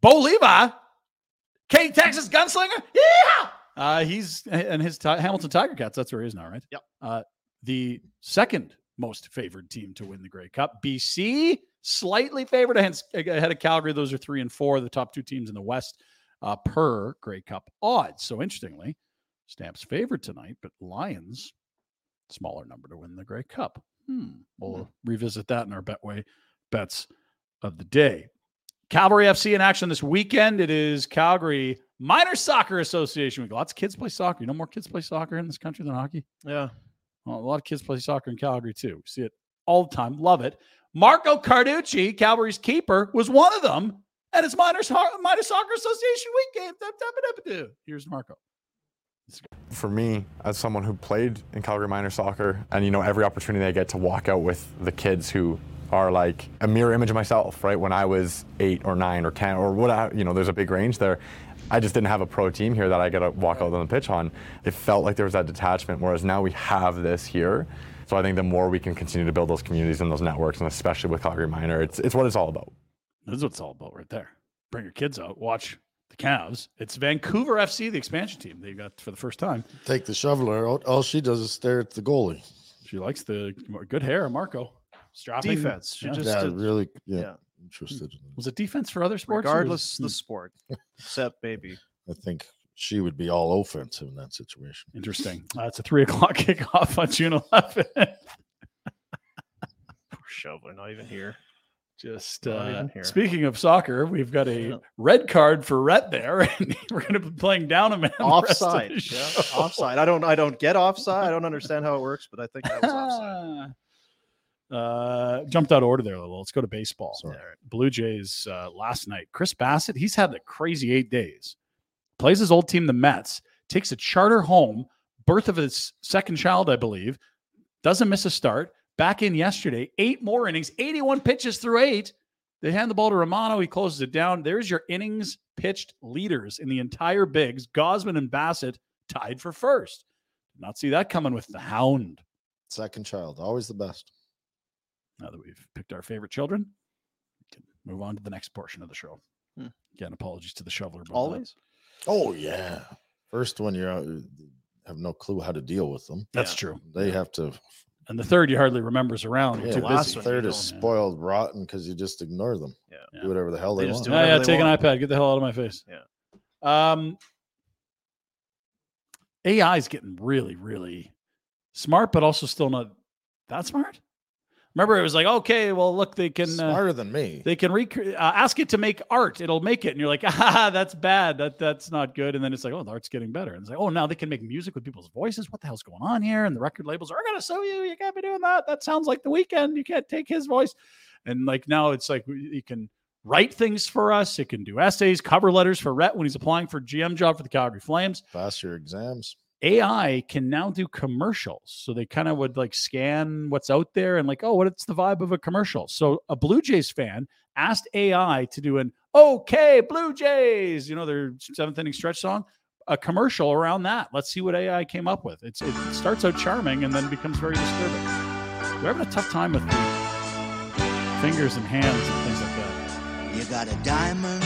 Bo Levi, K Texas gunslinger, yeah. Uh, he's and his Ti- Hamilton Tiger Cats. That's where he is now, right? Yep. Uh, the second most favored team to win the Grey Cup. BC slightly favored ahead ahead of Calgary. Those are three and four, the top two teams in the West uh, per Grey Cup odds. So interestingly, Stamps favored tonight, but Lions smaller number to win the Grey Cup. Hmm. We'll revisit that in our Betway bets of the day. Calgary FC in action this weekend. It is Calgary Minor Soccer Association Week. Lots of kids play soccer. You know more kids play soccer in this country than hockey? Yeah. Well, a lot of kids play soccer in Calgary too. We see it all the time. Love it. Marco Carducci, Calgary's keeper, was one of them at his minor, so- minor soccer association week game. Tap, tap, tap, tap, tap. Here's Marco. For me, as someone who played in Calgary minor soccer, and you know, every opportunity I get to walk out with the kids who are like a mirror image of myself, right? When I was eight or nine or 10 or what, I- you know, there's a big range there. I just didn't have a pro team here that I got to walk out on the pitch on. It felt like there was that detachment, whereas now we have this here. So I think the more we can continue to build those communities and those networks, and especially with Calgary Minor, it's, it's what it's all about. That's what it's all about right there. Bring your kids out, watch the Cavs. It's Vancouver FC, the expansion team they got for the first time. Take the shoveler out. All she does is stare at the goalie. She likes the good hair, of Marco. Strapping. Defense. She Yeah. just yeah, did- really. Yeah, yeah. interested. in that. Was it defense for other sports? or was- regardless Hmm. the sport. Except maybe. I think she would be all offensive in that situation. Interesting. Uh, it's a three o'clock kickoff on June 11th. Poor shoveler, not even here. Just Not uh, even here. speaking of soccer, we've got a Yeah. red card for Rhett there, and we're going to be playing down a man. the rest of offside. the yeah, show. offside. I don't. I don't get offside. I don't understand how it works, but I think that was offside. Uh, jumped out of order there a little. Let's go to baseball. Sorry. Blue Jays uh, last night. Chris Bassett, he's had a crazy eight days. Plays his old team, the Mets, takes a charter home, birth of his second child, I believe, doesn't miss a start. Back in yesterday, eight more innings, 81 pitches through eight. They hand the ball to Romano. He closes it down. There's your innings pitched leaders in the entire Bigs. Gosman and Bassett tied for first. Not see that coming with the hound. Second child, always the best. Now that we've picked our favorite children, we can move on to the next portion of the show. Hmm. Again, apologies to the shoveler. about that. Always. Oh yeah. First one you're out, you have no clue how to deal with them. That's true. They have to. And the third you hardly remembers around. You're Yeah, too last busy. one you third is don't, yeah. spoiled rotten because you just ignore them. Yeah. Do whatever the hell They they, just want. do Yeah, whatever yeah, they take want. an iPad. Get the hell out of my face. Yeah. Um, AI is getting really, really smart, but also still not that smart. Remember, it was like, okay, well, look, they can uh, Smarter than me. they can recreate. Uh, ask it to make art; it'll make it. And you're like, ah, that's bad. That that's not good. And then it's like, oh, the art's getting better. And it's like, oh, now they can make music with people's voices. What the hell's going on here? And the record labels are going to sue you. You can't be doing that. That sounds like the weekend. You can't take his voice. And like now, it's like we- it can write things for us. It can do essays, cover letters for Rhett when he's applying for GM job for the Calgary Flames. Pass your exams. AI can now do commercials. So they kind of would like scan what's out there and like, oh, what's the vibe of a commercial? So a Blue Jays fan asked AI to do an okay, Blue Jays, you know, their seventh inning stretch song, a commercial around that. Let's see what AI came up with. It's, it starts out charming and then becomes very disturbing. They're having a tough time with the fingers and hands and things like that. You got a diamond,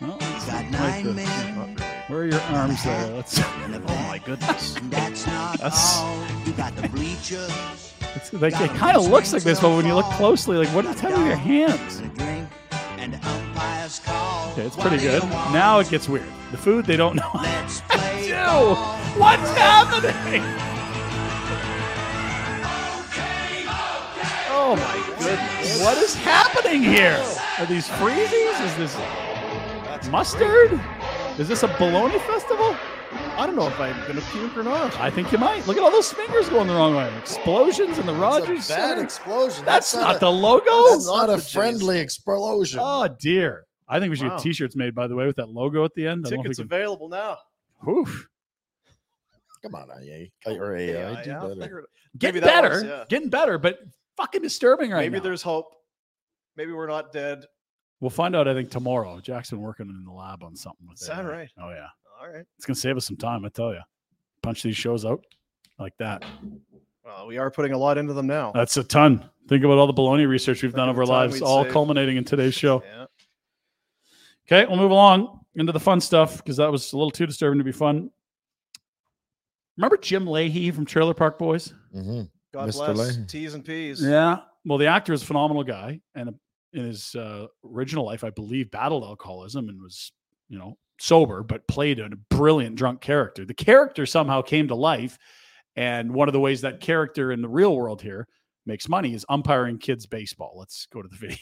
Well, you that's got not nine good. men, Where are your arms there? That's, oh my goodness. and that's not That's- all. You got the bleachers, It's like it kind of looks like this, but when you look closely, like what is happening with your hands? and a drink, and the umpire's call. Okay, it's pretty good. Now it gets weird. The food they don't know. Let's play Ew! ball. What's happening? Oh my goodness! What is happening here? Are these freezies? Is this mustard? Is this a bologna festival? I don't know if I'm gonna puke or not. I think you might. Look at all those fingers going the wrong way. Explosions in the Rogers That's a bad Center. explosion. That's not a- the logo. That's Oh, not a friendly explosion. Oh dear. I think we should Wow. get t-shirts made by the way with that logo at the end. I don't Tickets think available now. we can- Oof. Come on, IA or AI. Yeah, do yeah, I'll better. figure it out. Maybe Getting that better. works, yeah. Getting better, but fucking disturbing right Maybe now. there's hope. Maybe we're not dead. We'll find out I think tomorrow. Jackson working in the lab on something with Is it. that right? Oh yeah. All right. It's gonna save us some time, I tell you. Punch these shows out like that. Well, we are putting a lot into them now. That's a ton. Think about all the bologna research we've Think done of over our the time lives, we'd all save. culminating in today's show. yeah. Okay, we'll move along into the fun stuff because that was a little too disturbing to be fun. Remember Jim Leahy from Trailer Park Boys? Mhm. God Mr. bless. Lane. T's and P's. Yeah. Well, the actor is a phenomenal guy, and in his uh, original life, I believe, battled alcoholism and was, you know, sober, but played a brilliant drunk character. The character somehow came to life, and one of the ways that character in the real world here makes money is umpiring kids baseball. Let's go to the video.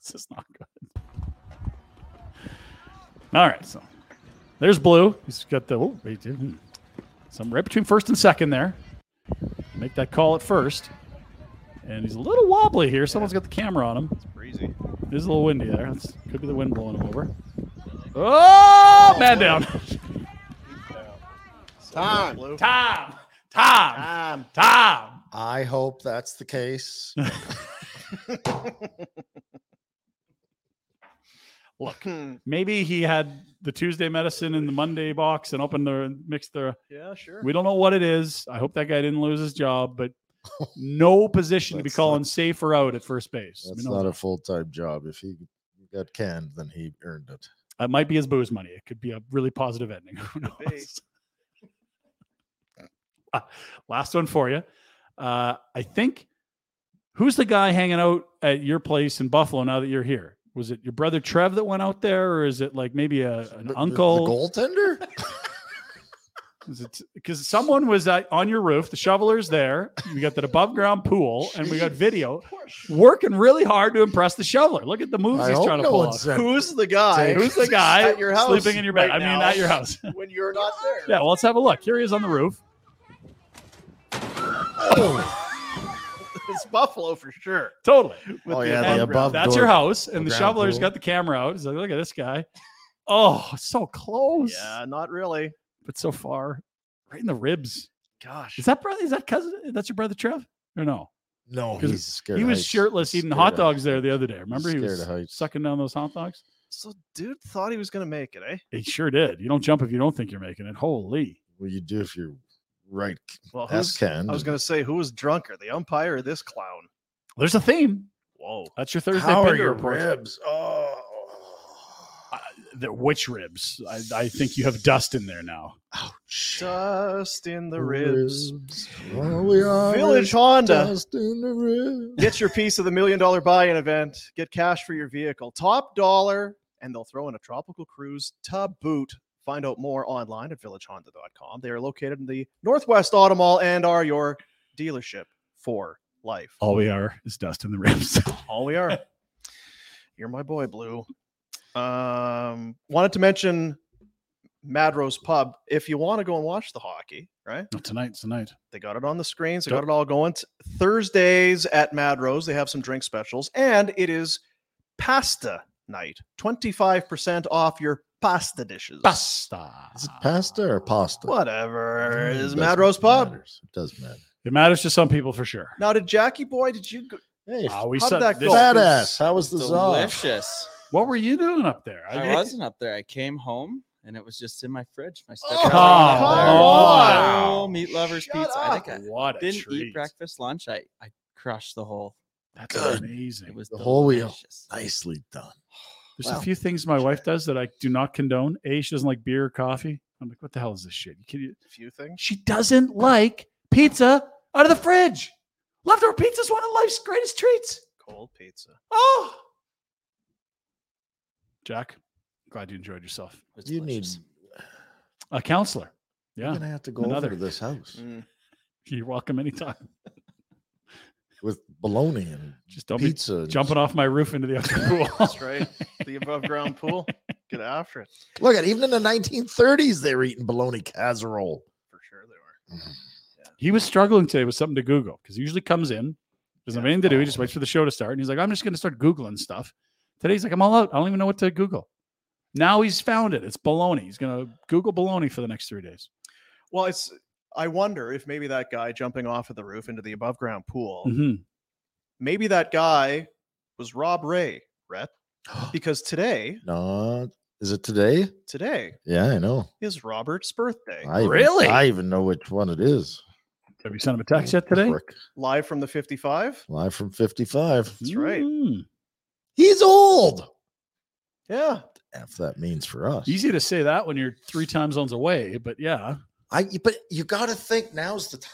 this is not good. All right, so there's Blue. He's got the oh, he did- hmm. some right between first and second there. Make that call at first. And he's a little wobbly here. Someone's got the camera on him. Breezy. It is a little windy there. That's, could be the wind blowing him over. Oh, man down. Time. Blue. Tom, Tom, Time. Tom. I hope that's the case. Look, Hmm. maybe he had the Tuesday medicine in the Monday box and opened the mixed the. Yeah, sure. We don't know what it is. I hope that guy didn't lose his job, but no position to be That's calling not- safe or out at first base. We That's know not that. a full time job. If he got canned, then he earned it. That might be his booze money. It could be a really positive ending. Who Could be. knows? Uh, Last one for you. Uh, I think who's the guy hanging out at your place in Buffalo now that you're here? Was it your brother Trev that went out there, or is it like maybe a, But an the- the uncle? goaltender? Because someone was at, on your roof. The shoveler's there. We got that above ground pool, and we got video working really hard to impress the shoveler. Look at the moves I he's hope trying to no pull one off. said- Who's the guy? Who's the guy at your house sleeping in your bed? right I mean, now at your house. when you're not there? Yeah, well, let's have a look. Here he is on the roof. It's Buffalo for sure. Totally. With Oh, yeah, the above above ground. That's door- your house. And the ground shoveler's pool. got the camera out. He's like, look at this guy. Oh, so close. Yeah, not really. But so far, right in the ribs. Gosh. Is that brother? Is that cousin? That's your brother Trev? Or no? no, 'Cause Oh, he's scared. he of was heights. shirtless He's eating scared hot of dogs heights. there the other day. Remember he scared was of heights. sucking down those hot dogs? So, dude thought he was gonna make it, eh? He sure did. You don't jump if you don't think you're making it. Holy. Well, you do if you're right. Well, Ass who's, canned. I was gonna say who was drunker, the umpire or this clown? There's a theme. Whoa. That's your Thursday How are Pinder your report. ribs? Oh. the which ribs? I, I think you have dust in there now. Dust in the ribs. Well, we are Village Honda. dust in the ribs. Get your piece of the million dollar buy in event. Get cash for your vehicle. Top dollar, and they'll throw in a tropical cruise to boot. Find out more online at villagehonda.com. They are located in the Northwest Auto Mall and are your dealership for life. All we are is dust in the ribs. All we are. You're my boy, Blue. Um, wanted to mention Madrose Pub. If you want to go and watch the hockey, right? Not tonight, tonight. They got it on the screens. They Yep. got it all going. T- Thursdays at Mad Rose, they have some drink specials, and it is pasta night. Twenty five percent off your pasta dishes. Pasta. Is it pasta or pasta? Whatever It is Mm, doesn't- Mad Rose it Pub. matters. It does matter. It matters to some people for sure. Now, did Jackie Boy? Did you? Go- Hey, Ah, we how'd said that this- go? badass. How was the czar? Delicious. What were you doing up there? I wasn't up there. I came home and it was just in my fridge. My Oh, stepdad come oh, on. meat lovers Shut pizza. I think up. I What a didn't treat. eat breakfast, lunch. I, I crushed the whole. That's Good. It amazing. was The whole wheel. delicious. Nicely done. There's Wow. a few things my wife does that I do not condone. A, she doesn't like beer or coffee. I'm like, what the hell is this shit? You kidding? Few things. She doesn't like pizza out of the fridge. Leftover pizza is one of life's greatest treats. Cold pizza. Oh. Jack, glad you enjoyed yourself. It was You need. delicious. A counselor. Yeah. You're gonna have to go Another. over to this house Mm. You're welcome anytime. with bologna and Just don't pizza. be and- jumping off my roof into the other pool. That's right. The above ground pool. Get after it Look at even in the 1930s, they were eating bologna casserole. for sure. They were. He was struggling today with something to Google because he usually comes in, doesn't have anything to do. He just waits for the show to start. And he's like, I'm just going to start Googling stuff. Today he's like, I'm all out. I don't even know what to Google. Now he's found it. It's baloney. He's going to Google baloney for the next three days. Well, it's. I wonder if maybe that guy jumping off of the roof into the above ground pool. Mm-hmm. Mhm. maybe that guy was Rob Ray, Rep, because today, No, is it today? today Yeah, I know. is Robert's birthday. I even- Really? I even know which one it is. Have you sent him a text yet today? Frick. Live from the 55. Live from 55. That's right. Mm. He's old. Yeah. If that means for us. Easy to say that when you're three time zones away, but yeah. I but you got to think now's the time.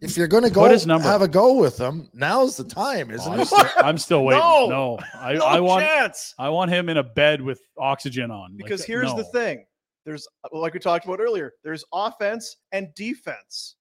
If you're going to go What is number? have a go with them, now's the time, Oh, isn't I'm, it? still, I'm still waiting. No. No, I, No I want chance. I want him in a bed with oxygen on. Like, Because here's the no. thing there's, like we talked about earlier, there's offense and defense.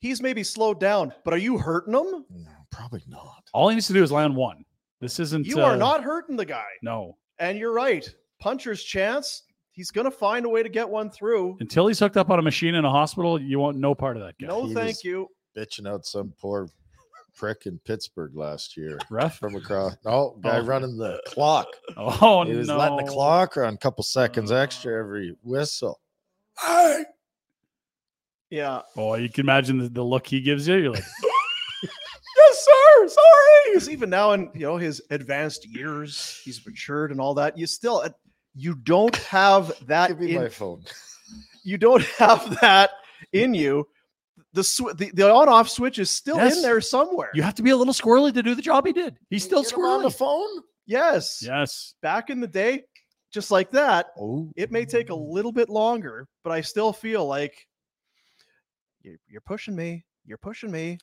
He's maybe slowed down, but are you hurting him? No, probably not. All he needs to do is land one. This isn't. You are uh, not hurting the guy. No. And you're right. Puncher's chance. He's going to find a way to get one through. Until he's hooked up on a machine in a hospital, you want no part of that guy. No, He thank was- you. Bitching out some poor prick in Pittsburgh last year Ref. from across. No, guy Oh. running the clock. Oh he no. was letting the clock run a couple seconds extra every whistle. Hey! Yeah. Oh, you can imagine the, the look he gives you. You're like, yes, sir. Sorry. Because even now, in you know his advanced years, he's matured and all that. You still, uh, you don't have that. Give me in- my phone. you don't have that in you. The sw- the, the on off switch is still in Yes. there somewhere. you have to be a little squirrely to do the job he did. He's still Get him on the squirrely. phone. Yes. Yes. Back in the day, just like that, Oh, it may take a little bit longer, but I still feel like you're, you're pushing me. You're pushing me.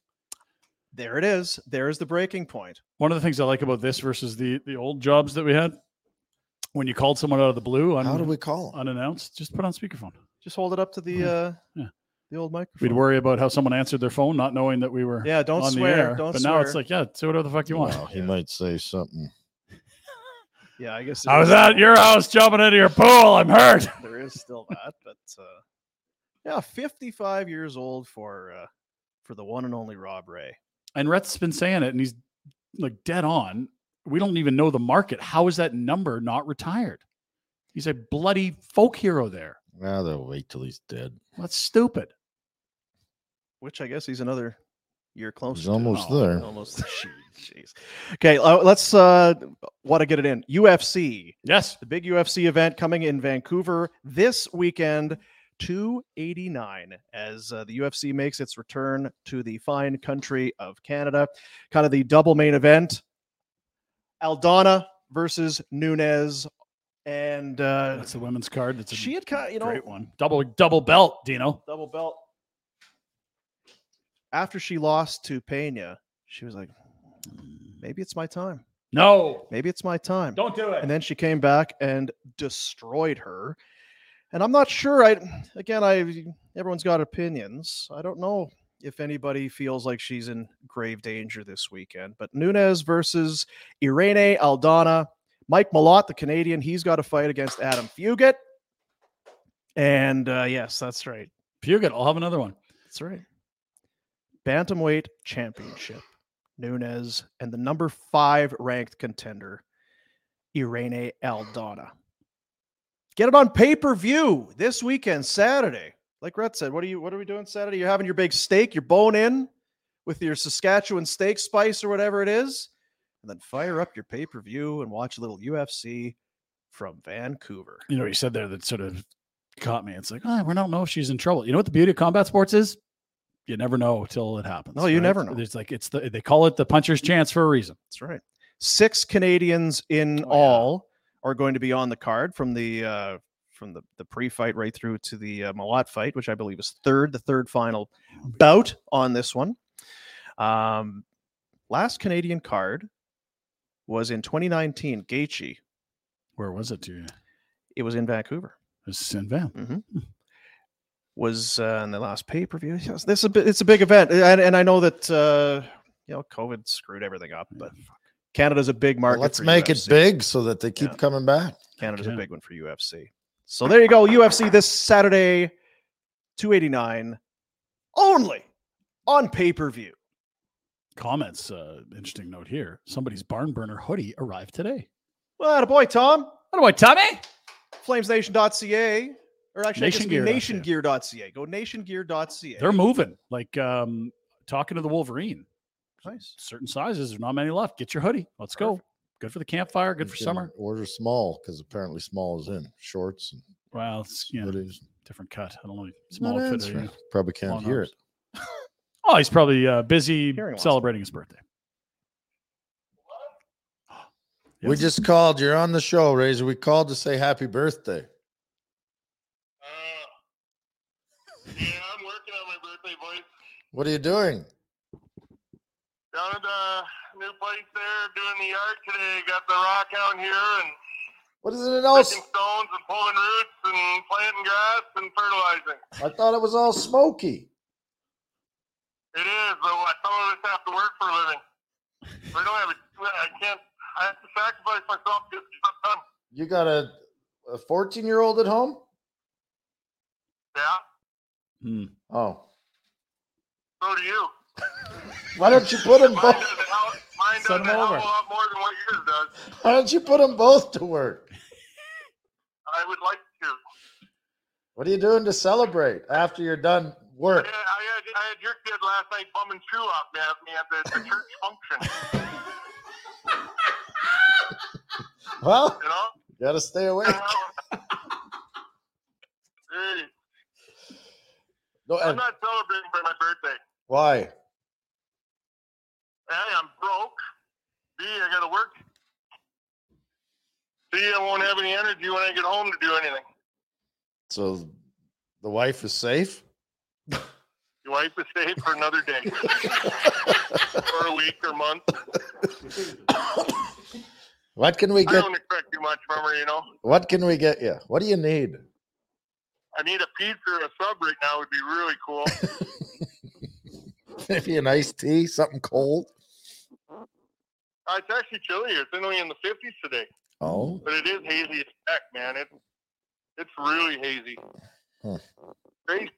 There it is. There's the breaking point. One of the things I like about this versus the the old jobs that we had, when you called someone out of the blue, un- how do we call him? unannounced, just put on speakerphone. Just hold it up to the Yeah. uh, Yeah. the old microphone. We'd worry about how someone answered their phone, not knowing that we were Yeah, don't on swear. the air. Don't but swear. now it's like, yeah, say whatever the fuck you want. Well, he might say something. yeah, I guess I it was is- at your house jumping into your pool. I'm hurt. There is still that, but uh, yeah, 55 years old for uh, for the one and only Rob Ray. And Rhett's been saying it, and he's like dead on. We don't even know the market. How is that number not retired? He's a bloody folk hero there. Well, they'll wait till he's dead. That's stupid. Which I guess he's another year closer. to. almost Oh, there. Almost. Jeez. Okay, uh, let's uh, want to get it in. UFC, Yes. the big UFC event coming in Vancouver this weekend. 289 as uh, the UFC makes its return to the fine country of Canada. Kind of the double main event Aldana versus Nunez and uh, That's the women's card. That's a she had kind, you know, great one. Double double belt, Dino. double belt. After she lost to Pena, she was like, "Maybe it's my time. No, Maybe it's my time." don't do it. And then she came back and destroyed her. And I'm not sure. I again, I everyone's got opinions. I don't know if anybody feels like she's in grave danger this weekend. But Nunez versus Irene Aldana, Mike Malott, the Canadian, he's got a fight against Adam Fugit. And uh, yes, that's right. Puget, I'll have another one. That's right. Bantamweight Championship. Nunez and the number five ranked contender, Irene Aldana. Get it on pay per view this weekend, Saturday. Like Rhett said, what are you? What are we doing Saturday? You're having your big steak, your bone in, with your Saskatchewan steak spice or whatever it is, and then fire up your pay per view and watch a little UFC from Vancouver. You know what you said there that sort of caught me. It's like, oh, we don't know if she's in trouble. You know what the beauty of combat sports is? You never know till it happens. No, you never know. It's like it's the they call it the puncher's chance for a reason. That's right. Six Canadians in Oh, yeah. all are going to be on the card from the uh, from the, the pre-fight right through to the uh, Malat fight, which I believe is third, the third final Oh, bout on this one. Um, last Canadian card was in 2019. Gaethje. Where was it to you? It It was in Vancouver. was Sin Van. Was uh, in the last pay-per-view. Yes, This is a bit, it's a big event, and, and I know that uh, you know COVID screwed everything up, but Canada's a big Well, market. let's for make it UFC. big so that they keep Yeah. coming back. Canada's Yeah. a big one for UFC. So there you go, UFC this Saturday, 289 only on pay per view. Comments. Uh, interesting note here. Somebody's barn burner hoodie arrived today. Well, a boy, Tom. What do I, Tommy? FlamesNation.ca, or actually, Nationgear.ca. NationGear.ca. NationGear.ca. Go NationGear.ca. They're moving. Like um, talking to the Wolverine. nice. Certain sizes. There's not many left. Get your hoodie. Let's go. Good for the campfire. Good You for can summer. Order small because apparently small is in shorts and Well, it's you know, hoodies. different cut. I don't know. It's Small not fit. answering. Probably can't Long hear arms. Oh, he's probably uh, busy Hearing loss. celebrating his birthday. it. We Yes. just called. You're on the show, Razor. We called to say happy birthday. Uh, Yeah, I'm working on my birthday, boys. What are you doing? Down at the new place there, doing the yard today. Got the rock out here and What is it all? picking stones and pulling roots and planting grass and fertilizing. I thought it was all smoky. It is, but what, some of us have to work for a living. We don't have a, I can't, I have to sacrifice myself to get stuff done. You got a a 14 year old at home? Yeah, Hmm. Oh, so do you. why don't you put them Mine both? does a hell, mine does Send a them hell of over. a lot more than what yours does. Why don't you put them both to work? I would like to. What are you doing to celebrate after you're done I work? had, I had, I had your kid last night bumming chew off me at, me at the, the church function, Well, you know? you gotta stay awake. Hey, No, I'm and not celebrating for my birthday. why? A, I'm broke. B, I gotta work. C, I won't have any energy when I get home to do anything. So the wife is safe. Your wife is safe for another day, or a week, or month. What can we I get? don't expect too much from her, you know. What can we get you? What do you need? I need a pizza or a sub right now would be really cool. Maybe an iced tea, something cold. Uh, it's actually chilly. here. It's only in the 50s today, Oh, but it is hazy as heck, man. It's it's really hazy. Hmm. Crazy.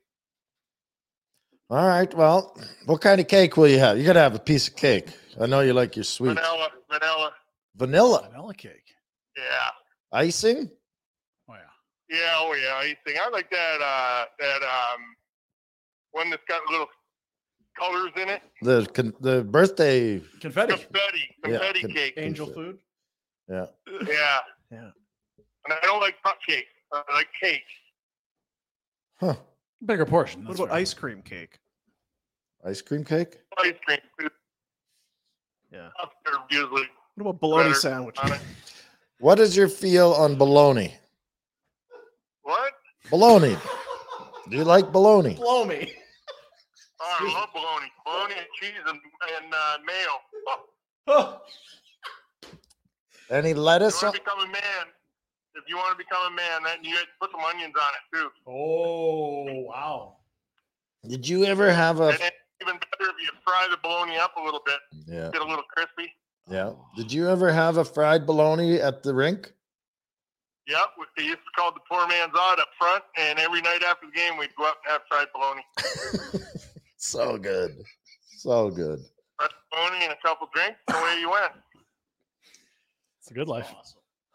all right. Well, what kind of cake will you have? You gotta have a piece of cake. I know you like your sweet Vanilla, vanilla. vanilla Vanilla cake. Yeah. icing. Oh yeah. Yeah, oh yeah, icing. I like that uh that um one that's got little colors in it. The con- the birthday. Confetti. Confetti. Yeah, Confetti con- cake. Angel Appreciate food. Yeah. Yeah. And I don't like cupcakes. I like cake. Huh. Bigger portion. What that's about fair. ice cream cake? Ice cream cake. Ice cream food. Yeah. Custard usually What about bologna Better. sandwich? on it. What is your feel on baloney? What? Baloney. Do you like baloney? Blow me. Oh, I love bologna. Bologna and cheese and, and uh, mayo. Any If lettuce? you on- want to become a man, if you want to become a man, then you have to put some onions on it too. Oh wow! Did you ever have a? And it's even better if you fry the bologna up a little bit, Yeah, get a little crispy. yeah. Oh. Did you ever have a fried bologna at the rink? Yep, we- they used to call it the poor man's odd up front, and every night after the game, we'd go up and have fried bologna, So good, so good. fried bologna, and a couple drinks. and Away you went. It's a good life.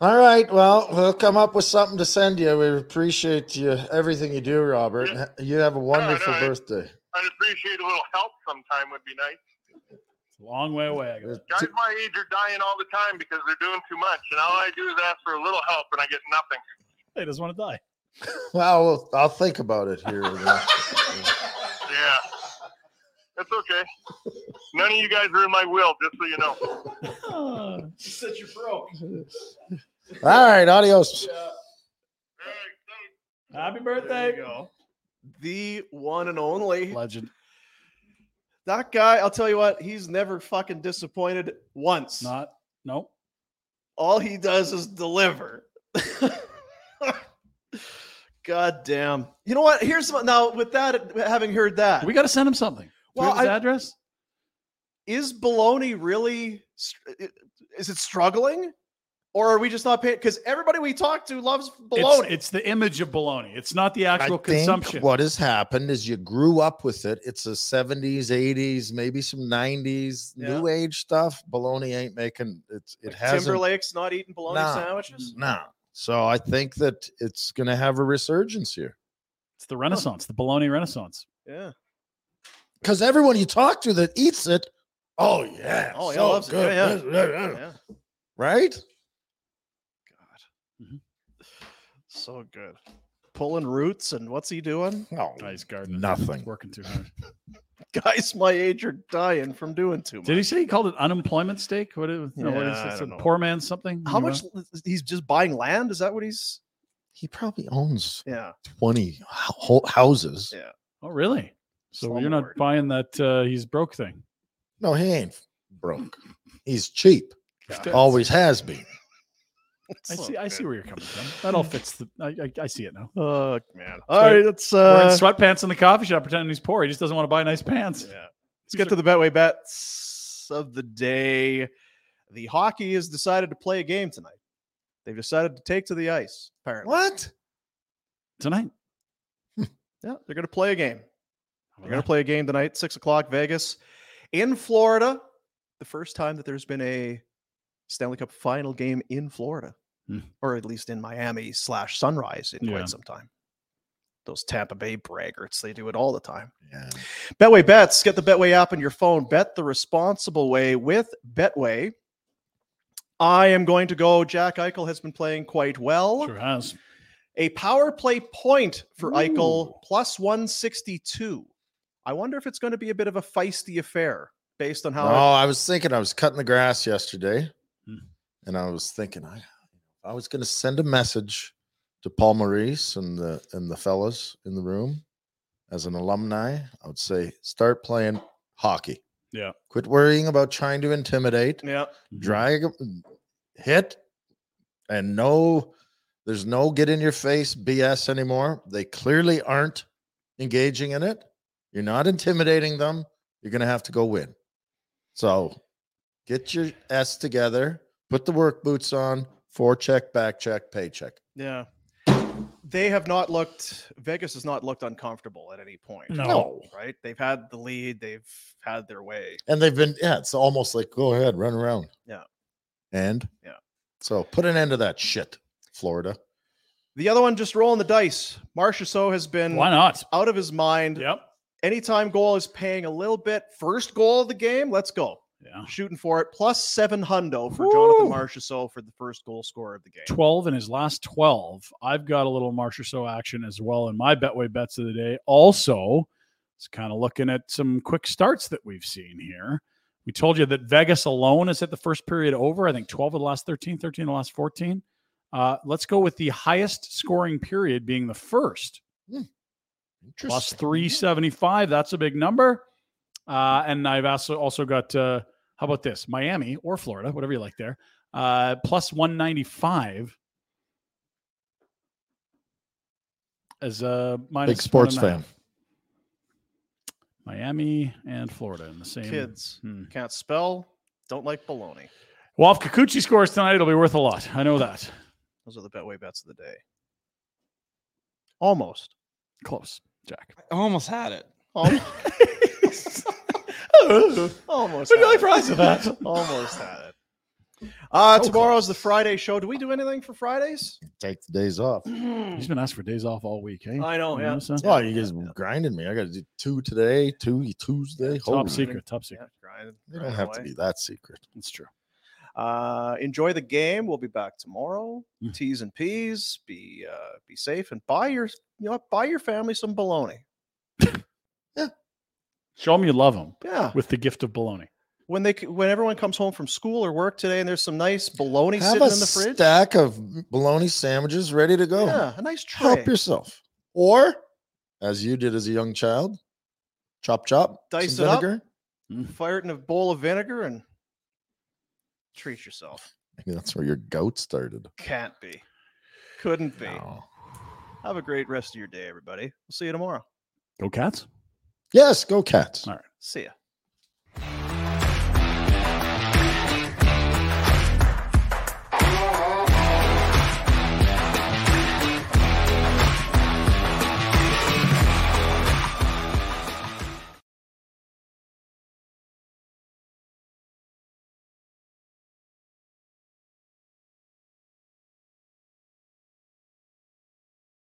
All right. Well, we'll come up with something to send you. We appreciate you everything you do, Robert. and ha- You have a wonderful birthday. I'd appreciate a little help sometime would be nice. Long way away. I Uh, guess. Guys my age are dying all the time because they're doing too much, and all I do is ask for a little help, and I get nothing. They just want to die. Well, we'll- I'll think about it here. and there. Yeah, that's okay. None of you guys are in my will, just so you know. She said you're broke. All right. Adios. Happy There birthday. you go. The one and only Legend. that guy. I'll tell you what. He's never fucking disappointed once. Not. No. All he does is deliver. God damn. You know what? Here's what now with that having heard that. We got to send him something. Well, Well, his I- address. is baloney really str- is it struggling or are we just not paying because everybody we talk to loves baloney It's, it's the image of baloney. It's not the actual consumption. what has happened is you grew up with it. It's a 70s, 80s, maybe some 90s Yeah. new age stuff. Baloney ain't making it's it Like hasn't timberlake's not eating bologna Nah. sandwiches no. So I think that it's gonna have a resurgence here. It's the Renaissance, the baloney Renaissance. yeah Because everyone you talk to that eats it, oh yeah, oh yeah so loves good. it yeah, yeah. Yeah. Right? so good pulling roots and what's he doing Oh, Nice garden. Nothing. Working too hard. guys my age are dying from doing too much Did he say he called it unemployment stake? What is, no, what is Yeah, I it? It's a don't know. poor man's something? how You much know? he's just buying land is that what he's he probably owns yeah 20 ho- houses. Yeah. Oh, really? So you're not Slumlord. buying that uh, he's broke thing. No, he ain't broke. He's cheap. Always has been. I see. I see where you're coming from. That all fits. The, I, I, I see it now. Uh, oh man all Sorry. right let's Wearing uh sweatpants in the coffee shop, pretending he's poor. He just doesn't want to buy nice pants. Yeah. Let's get to the Betway bets of the day. The hockey has decided to play a game tonight. They've decided to take to the ice, apparently. What? Tonight, Yeah, they're going to play a game. They're going to play a game tonight, 6 o'clock, Vegas, in Florida. The first time that there's been a Stanley Cup final game in Florida, Hmm. or at least in Miami slash Sunrise in Yeah. quite some time. Those Tampa Bay braggarts, they do it all the time. Yeah. Betway bets. Get the Betway app on your phone. Bet the responsible way with Betway. I am going to go. Jack Eichel has been playing quite well. Sure has. A power play point for Eichel plus 162. I wonder if it's going to be a bit of a feisty affair based on Oh, how I was thinking I was cutting the grass yesterday, Hmm. and I was thinking I, I was going to send a message to Paul Maurice and the and the fellas in the room. As an alumni, I would say start playing hockey. Yeah. Quit worrying about trying to intimidate. yeah, drag hit and no there's no get in your face bs anymore they clearly aren't engaging in it you're not intimidating them you're going to have to go win so get your s together put the work boots on forecheck back check paycheck yeah. They have not looked Vegas has not looked uncomfortable at any point. No. Right? They've had the lead, they've had their way. and they've been yeah it's almost like go ahead run around Yeah. and Yeah. so put an end to that shit florida The other one just rolling the dice. Marchessault has been Why not? out of his mind. Yep. Anytime goal is paying a little bit. First goal of the game, let's go. Yeah. Shooting for it. Plus seven hundo for Woo! Jonathan Marchessault for the first goal scorer of the game. 12 in his last 12. I've got a little Marsh or so action as well in my Betway bets of the day. Also, it's kind of looking at some quick starts that we've seen here. We told you that Vegas alone has hit the first period over. I think 12 of the last 13, 13 of the last 14. Uh, let's go with the highest scoring period being the first. Plus 375. That's a big number. Uh, and I've also, also got, uh, how about this? Miami or Florida, whatever you like there, uh, plus 195 as a minus Big sports one and a fan. half. Miami and Florida in the same. Kids Hmm. can't spell, don't like baloney. Well, if Kikuchi scores tonight, it'll be worth a lot. I know that. Those are the betway bets of the day. Almost. Close, Jack. I almost had it. Almost. Would you had like it. fries with that? Almost had it. Uh, tomorrow's the Friday show. Do we do anything for Fridays? Take the days off. He's been asked for days off all week. eh? Hmm. I know, You yeah. notice that? Oh, you guys grinding me. I got to do two today, two Tuesday. Holy- Top secret. Top secret. Grind, They don't grind have to away. be that secret. That's true. Uh, enjoy the game. We'll be back tomorrow. Mm. T's and P's. Be uh, be safe and buy your you know what? buy your family some bologna. Show him you love him Yeah. with the gift of bologna. When they c- when everyone comes home from school or work today and there's some nice bologna Have sitting a in the fridge. stack of bologna sandwiches ready to go. Yeah, a nice tray. Help yourself. Or, as you did as a young child, chop chop, Dice some it up. vinegar. Fire it in a bowl of vinegar and treat yourself. Maybe that's where your gout started. Oh. Can't be. Couldn't be. No. Have a great rest of your day, everybody. We'll see you tomorrow. Go cats. Yes, go cats. All right. See ya.